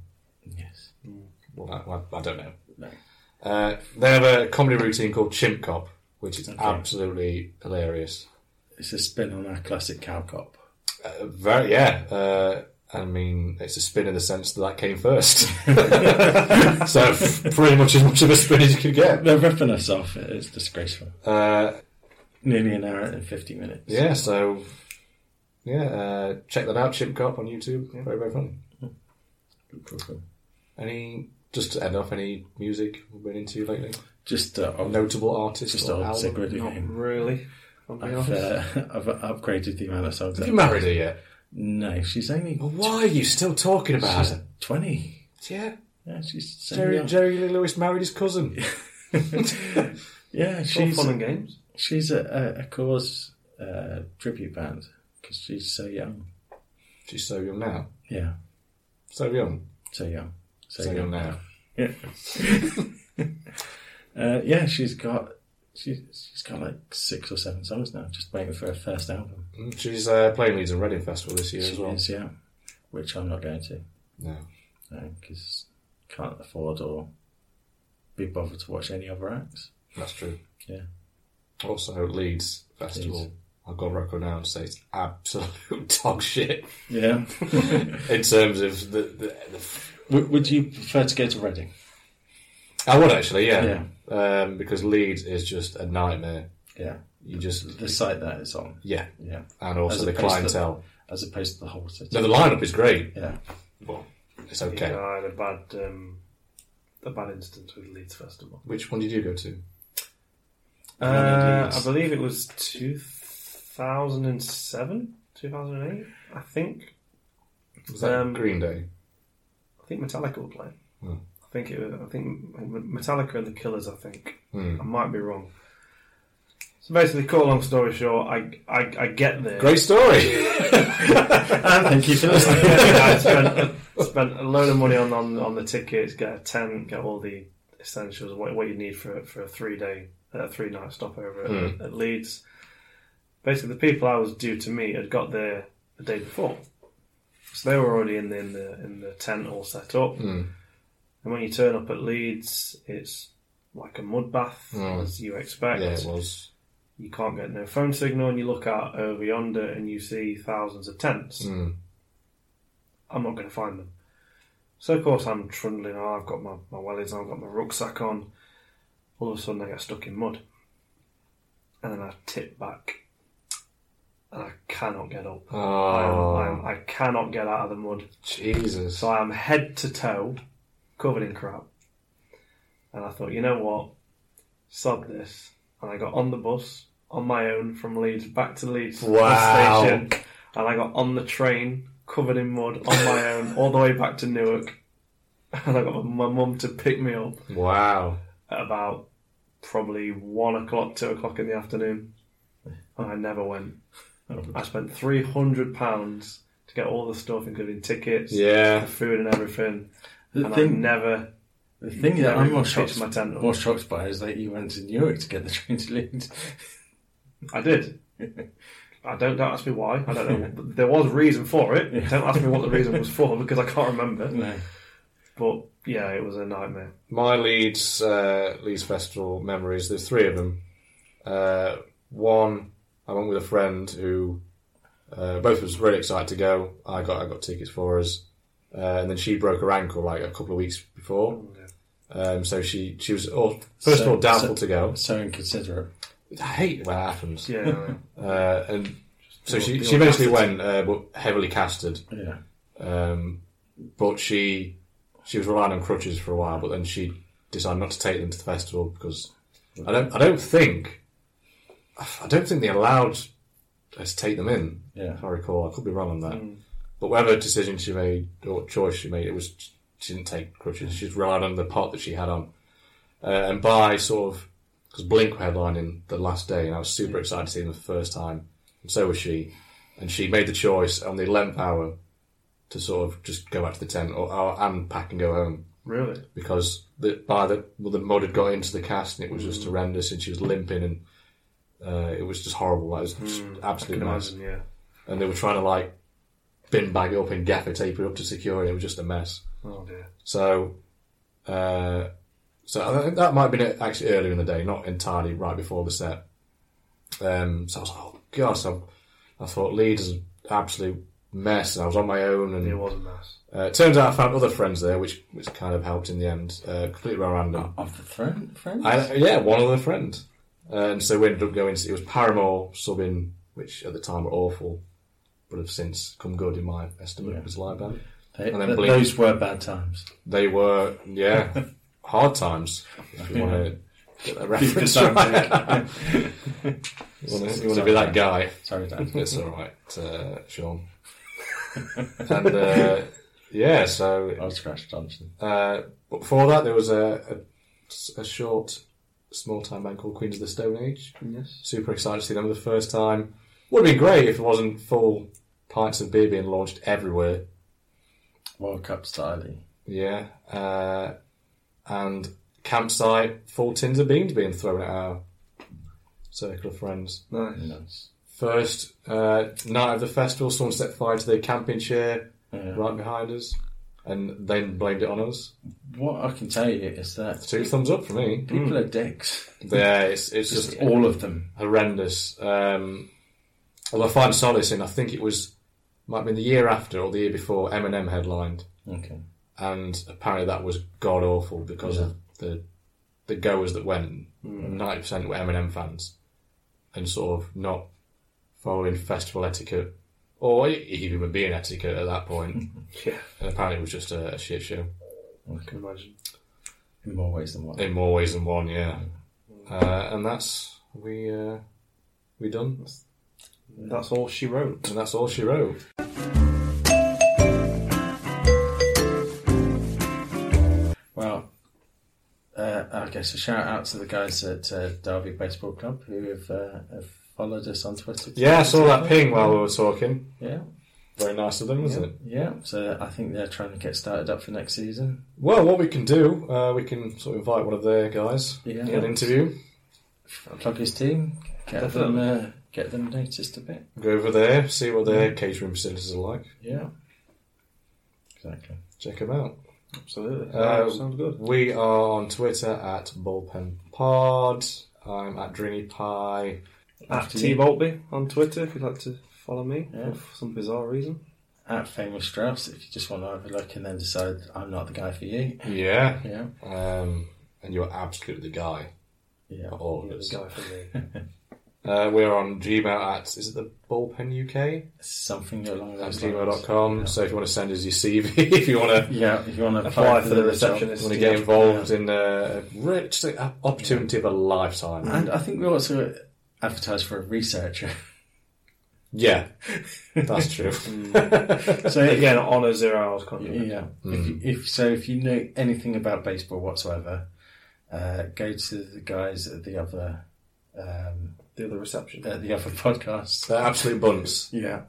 C: Yes.
A: Well, I, well, I don't know.
C: No.
A: Uh, they have a comedy routine called Chimp Cop, which is absolutely hilarious.
C: It's a spin on our classic cow cop.
A: Uh, very, yeah. Uh, I mean, it's a spin in the sense that that came first. *laughs*
C: *laughs*
A: so f- pretty much as much of a spin as you could get.
C: They're ripping us off. It's disgraceful.
A: Uh,
C: Nearly an hour and 50 minutes.
A: yeah. So yeah, uh, check that out. Chimp Cop on YouTube. Yeah, very very funny. Any just to end off any music we've been into lately?
C: Just uh, old,
A: Notable artists
C: just
A: or
C: old
A: album?
C: cigarette
B: Not
C: game.
B: really. I'll be
C: I've,
B: honest.
C: uh, *laughs* I've upgraded the amount of songs.
A: Have
C: I-
A: you married her yet?
C: No, she's only
A: Well, why are you still talking about
C: she's
A: it?
C: 20.
A: Yeah,
C: Yeah, she's so
A: Jerry
C: young. *laughs*
A: Jerry Lee Lewis married his cousin. *laughs*
C: yeah,
B: It's all
C: she's
B: fun and games.
C: she's a, a, a cause uh, tribute band because she's so young.
A: She's so young now.
C: Yeah,
A: So young.
C: so young, so,
A: So,
C: young.
A: young now.
C: Yeah. *laughs* uh, yeah, she's got she's she's got like six or seven songs now, just waiting for her first album.
A: Mm, She's uh, playing Leeds and Reading Festival this year
C: She
A: as well.
C: is, yeah. Which I'm not going to
A: No.
C: because can't afford or be bothered to watch any other acts.
A: That's true.
C: Yeah.
A: Also, Leeds Festival. I've got record now and say it's absolute *laughs* dog shit
C: Yeah.
A: in terms of the. the, the
C: *laughs* would, would you prefer to go to Reading?
A: I would actually, yeah. Um, because Leeds is just a nightmare.
C: Yeah.
A: You just.
C: The site that it's on.
A: Yeah.
C: Yeah.
A: And
C: As
A: also the
C: opposed to-
A: clientele.
C: As opposed to the whole city.
A: No, the lineup is great,
C: Yeah.
A: but it's okay.
B: Yeah, I had a bad, um, a bad instance with Leeds Festival.
A: Which one did you go to?
B: Uh, I believe it was 2007, 2008, I think.
A: Was that
B: Um,
A: Green Day?
B: I think Metallica were playing.
A: Hmm.
B: I think it was, I think Metallica and the Killers, I think.
A: Hmm.
B: I might be wrong. So basically, cut a long story short, I, I, I get there. *laughs*
A: Great story!
C: Thank you for listening.
B: I spent, spent a load of money on, on, on the tickets, get a tent, get all the essentials, what, what you need for, for a three day, uh, three night stopover at,
A: Hmm.
B: at Leeds. Basically, the people I was due to meet had got there the day before, so they were already in the in the, in the tent all set up.
C: Hmm.
A: Mm.
B: And when you turn up at Leeds, it's like a mud bath,
A: Mm.
B: as you
A: yeah,
B: expect
A: it was.
B: you can't get no phone signal, and you look out over yonder and you see thousands of tents.
A: Mm.
B: I'm not going to find them. So, of course, I'm trundling on. I've got my, my wellies on, I've got my rucksack on. All of a sudden, I get stuck in mud. And then I tip back. And I cannot get up. I, am,
A: Oh,
B: I, am, I cannot get out of the mud.
A: Jesus.
B: So I am head to toe covered in crap. And I thought, you know what? Sod this. And I got on the bus on my own from Leeds back to Leeds
A: Wow.
B: station. And I got on the train covered in mud on my own all the way back to Newark. *laughs* And I got my mum to pick me up
A: Wow.
B: at about probably one o'clock, two o'clock in the afternoon. And I never went. I spent three hundred pounds to get all the stuff, including tickets, the
A: Yeah.
B: food and everything
C: The
B: and I
C: thing,
B: never
C: the thing that
B: never
C: I'm
B: even
C: more
B: pitched
C: shocked,
B: my tent up.
C: more shocked by is that you went to Newark to get the *laughs* train to Leeds.
B: I did. *laughs* I don't don't ask me why. I don't know. there was reason for it. Don't ask me what the reason was for because I can't remember.
C: No.
B: But yeah, it was a nightmare.
A: My Leeds uh, Leeds Festival memories. There's three of them. Uh, one, I went with a friend who uh, both of us were really excited to go. I got I got tickets for us, uh, and then she broke her ankle like a couple of weeks before. Um, so she she was all, first of
C: Oh, So-
A: all doubtful to
C: so-
A: go.
C: So inconsiderate.
A: I hate when that happens.
B: Yeah, I know.
A: Uh, and so
B: The-
A: she
B: the
A: she basically
B: audacity.
A: went uh, but heavily casted.
C: Yeah.
A: Um, but she she was relying on crutches for a while, but then she decided not to take them to the festival because I don't I don't think I don't think they allowed us to take them in.
C: Yeah.
A: If I recall, I could be wrong on that. But whatever decision she made or what choice she made, it was she didn't take crutches. She's relied on the pot that she had on, uh, and by sort of because Blink were headlining the last day, and I was super excited to see them the first time, and so was she. And she made the choice on the eleventh hour to sort of just go back to the tent or, or and pack and go home
B: really.
A: because the, by the well, the mud had got into the cast and it was
B: Mm.
A: just horrendous and she was limping and uh, it was just horrible. Like, it was just
B: Mm, I
A: absolute
B: can
A: mess.
B: imagine. Yeah.
A: And they were trying to like bin bag it up and gaffer tape it up to secure it. It was just a mess.
B: Oh dear.
A: So, uh, so I think that might have been it actually earlier in the day, not entirely right before the set. Um, so I was like, oh god, so I thought Leeds is an absolute mess. And I was on my own and
B: It was a mess.
A: uh, it turns out I found other friends there, which which kind of helped in the end. Uh, completely random.
C: Of the throne, friends?
A: I, uh, yeah, one other friend. And so we ended up going. to- It was Paramore subbing, which at the time were awful, but have since come good in my estimate
C: Yeah.
A: as a live band.
C: They-
A: and then
C: th-
A: Blink.
C: those were
A: *laughs*
C: bad times.
A: They were, yeah, hard times. If you want to get that reference
C: Good times,
A: right.
C: yeah.
A: you want to be that guy.
C: *laughs*
A: *laughs*
C: Sorry, Dan.
A: It's all right, uh, Sean. and uh, yeah, so
C: I was Crash Johnson.
A: Uh, but before that, there was a, a, a short small time band called Queens of the Stone Age.
B: Yes.
A: Super excited to see them for the first time. Would have been great if it wasn't full pints of beer being launched everywhere.
C: World Cup styling.
A: Yeah. Uh, and campsite, full tins of beans being thrown at our circle of friends.
B: Nice.
C: Nice.
A: First uh, night of the festival, someone set fire to their camping chair
C: Yeah.
A: right behind us and then blamed it on us.
C: What I can tell you is that
A: Two thumbs up for me.
C: people are dicks.
A: Yeah, it's, it's Hmm. just
C: Just all of them.
A: horrendous. Um, although I find solace in, I think it was might have been the year after or the year before Eminem headlined,
C: Okay.
A: and apparently that was god awful because of the the goers that went. Ninety percent were Eminem fans, and sort of not following festival etiquette or even being etiquette at that point.
B: Yeah,
A: and apparently it was just a, a shit show
B: I can imagine.
C: In more ways than one.
A: in more ways than one. Yeah, uh, and that's we uh, we done.
B: That's all she wrote.
A: And that's all she wrote.
C: Well, uh, I guess a shout out to the guys at uh, Derby Baseball Club who have, uh, have followed us on Twitter.
A: Yeah, I saw that ping while we were talking.
C: Yeah.
A: Very nice of them, wasn't
C: Yeah.
A: it?
C: yeah. So I think they're trying to get started up for next season.
A: Well, what we can do, uh, we can sort of invite one of their guys,
C: Yeah.
A: get an interview,
C: Plug his team. Get them. Uh, get them noticed a bit.
A: go over there, see what their catering facilities are like,
C: Yeah. Exactly.
A: check them out.
B: Absolutely.
A: Uh,
B: sounds good.
A: We are on Twitter at Bullpen Pod. I'm at Drinny Pie.
B: At
C: after
B: T
C: you.
B: Boltby on Twitter if you'd like to follow me
C: Yeah.
B: for some bizarre reason.
C: At Famous Strauss, if you just want to have a look and then decide I'm not the guy for you. *laughs*
A: Yeah.
C: Yeah.
A: Um, and you're absolutely the guy.
C: Yeah.
A: All of
B: You're the
A: us.
B: guy for me.
A: Uh, we're on Gmail at, is it the Bullpen UK?
C: Something along
A: At
C: those lines.
A: gmail.com. So if you want to send us your CV, *laughs* if you want to
C: Yeah, if you want to
B: Apply for the
C: reception.
B: receptionist.
A: want to get involved in a rich a opportunity of a lifetime.
C: And I think we also advertise for a researcher.
A: Yeah, Mm. that's *laughs* true. *laughs*
C: So yeah,
B: Again, on a zero hours contract.
C: yeah. If, you, if so, if you know anything about baseball whatsoever, uh, go to the guys at the other um,
B: The other reception.
C: at the other *laughs* podcast.
A: They're absolute bunts.
C: Yeah,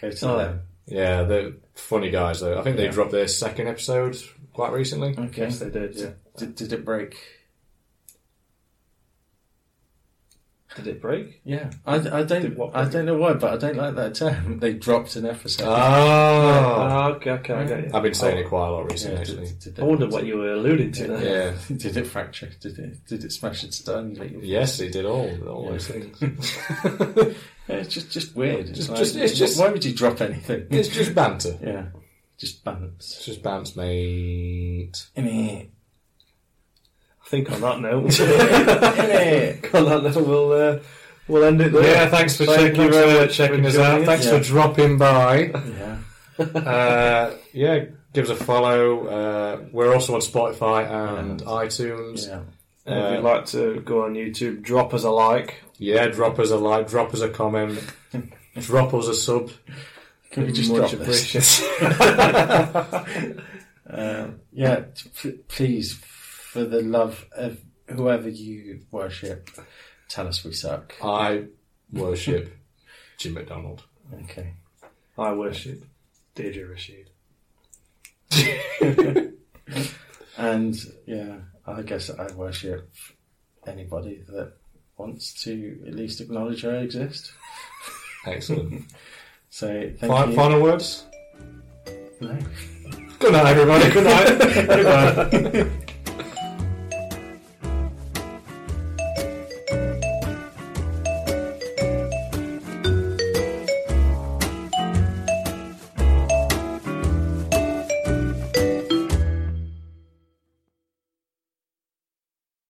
C: go to
B: Oh,
C: them.
A: Yeah, they're funny guys though. I think they
C: Yeah.
A: dropped their second episode quite recently.
C: Okay.
B: Yes, they did. Yeah.
C: Did, did it break?
B: Did it break?
C: Yeah, I, I
B: Did
C: don't
B: what
C: I
B: break?
C: don't know why, but I don't like that term. *laughs* They dropped an episode.
A: Ah, Oh,
B: Ah, okay, okay, I get you.
A: I've been saying Oh. it quite a lot recently.
C: Yeah,
A: Actually.
C: did, did
B: I
C: it-
B: wondered what you were alluding to there.
A: Yeah.
C: *laughs* did it fracture? Did it did it smash its stone?
A: Yes, he did all all
C: Yeah.
A: those things.
C: Yeah, it's just just weird. It's
A: Just-
C: like,
A: just- it's just-
C: why would you drop anything?
A: it's just banter.
C: yeah, just balance.
A: It's just bounce, mate.
C: In it,
B: I think on
A: *laughs*
B: that note, on that note, we'll uh, we'll end it there.
A: Yeah, thanks for
B: Thank
A: checking,
B: you very
A: uh,
B: much for
A: checking us
B: joining
A: out.
B: us.
A: Thanks
C: Yeah.
A: for dropping by.
C: Yeah,
A: uh, yeah, give us a follow. Uh, we're also on Spotify and iTunes.
C: yeah.
B: Uh, if you'd like to go on YouTube, drop us a like.
A: Yeah, drop us a like, drop us a *laughs* comment, drop us a sub.
C: Can we just
B: Much
C: drop this?
A: *laughs*
B: appreciated.
C: Um, yeah, t- p- please, for the love of whoever you worship, tell us we suck.
A: I worship Jim McDonald.
C: Okay.
B: I worship Deirdre Rashid.
C: And yeah, I guess I worship anybody that wants to at least acknowledge I exist.
A: *laughs* Excellent.
C: So thank
A: Fi-
C: you.
A: final words?
C: No.
A: *laughs* Good night, everybody. Good night.
C: Goodbye.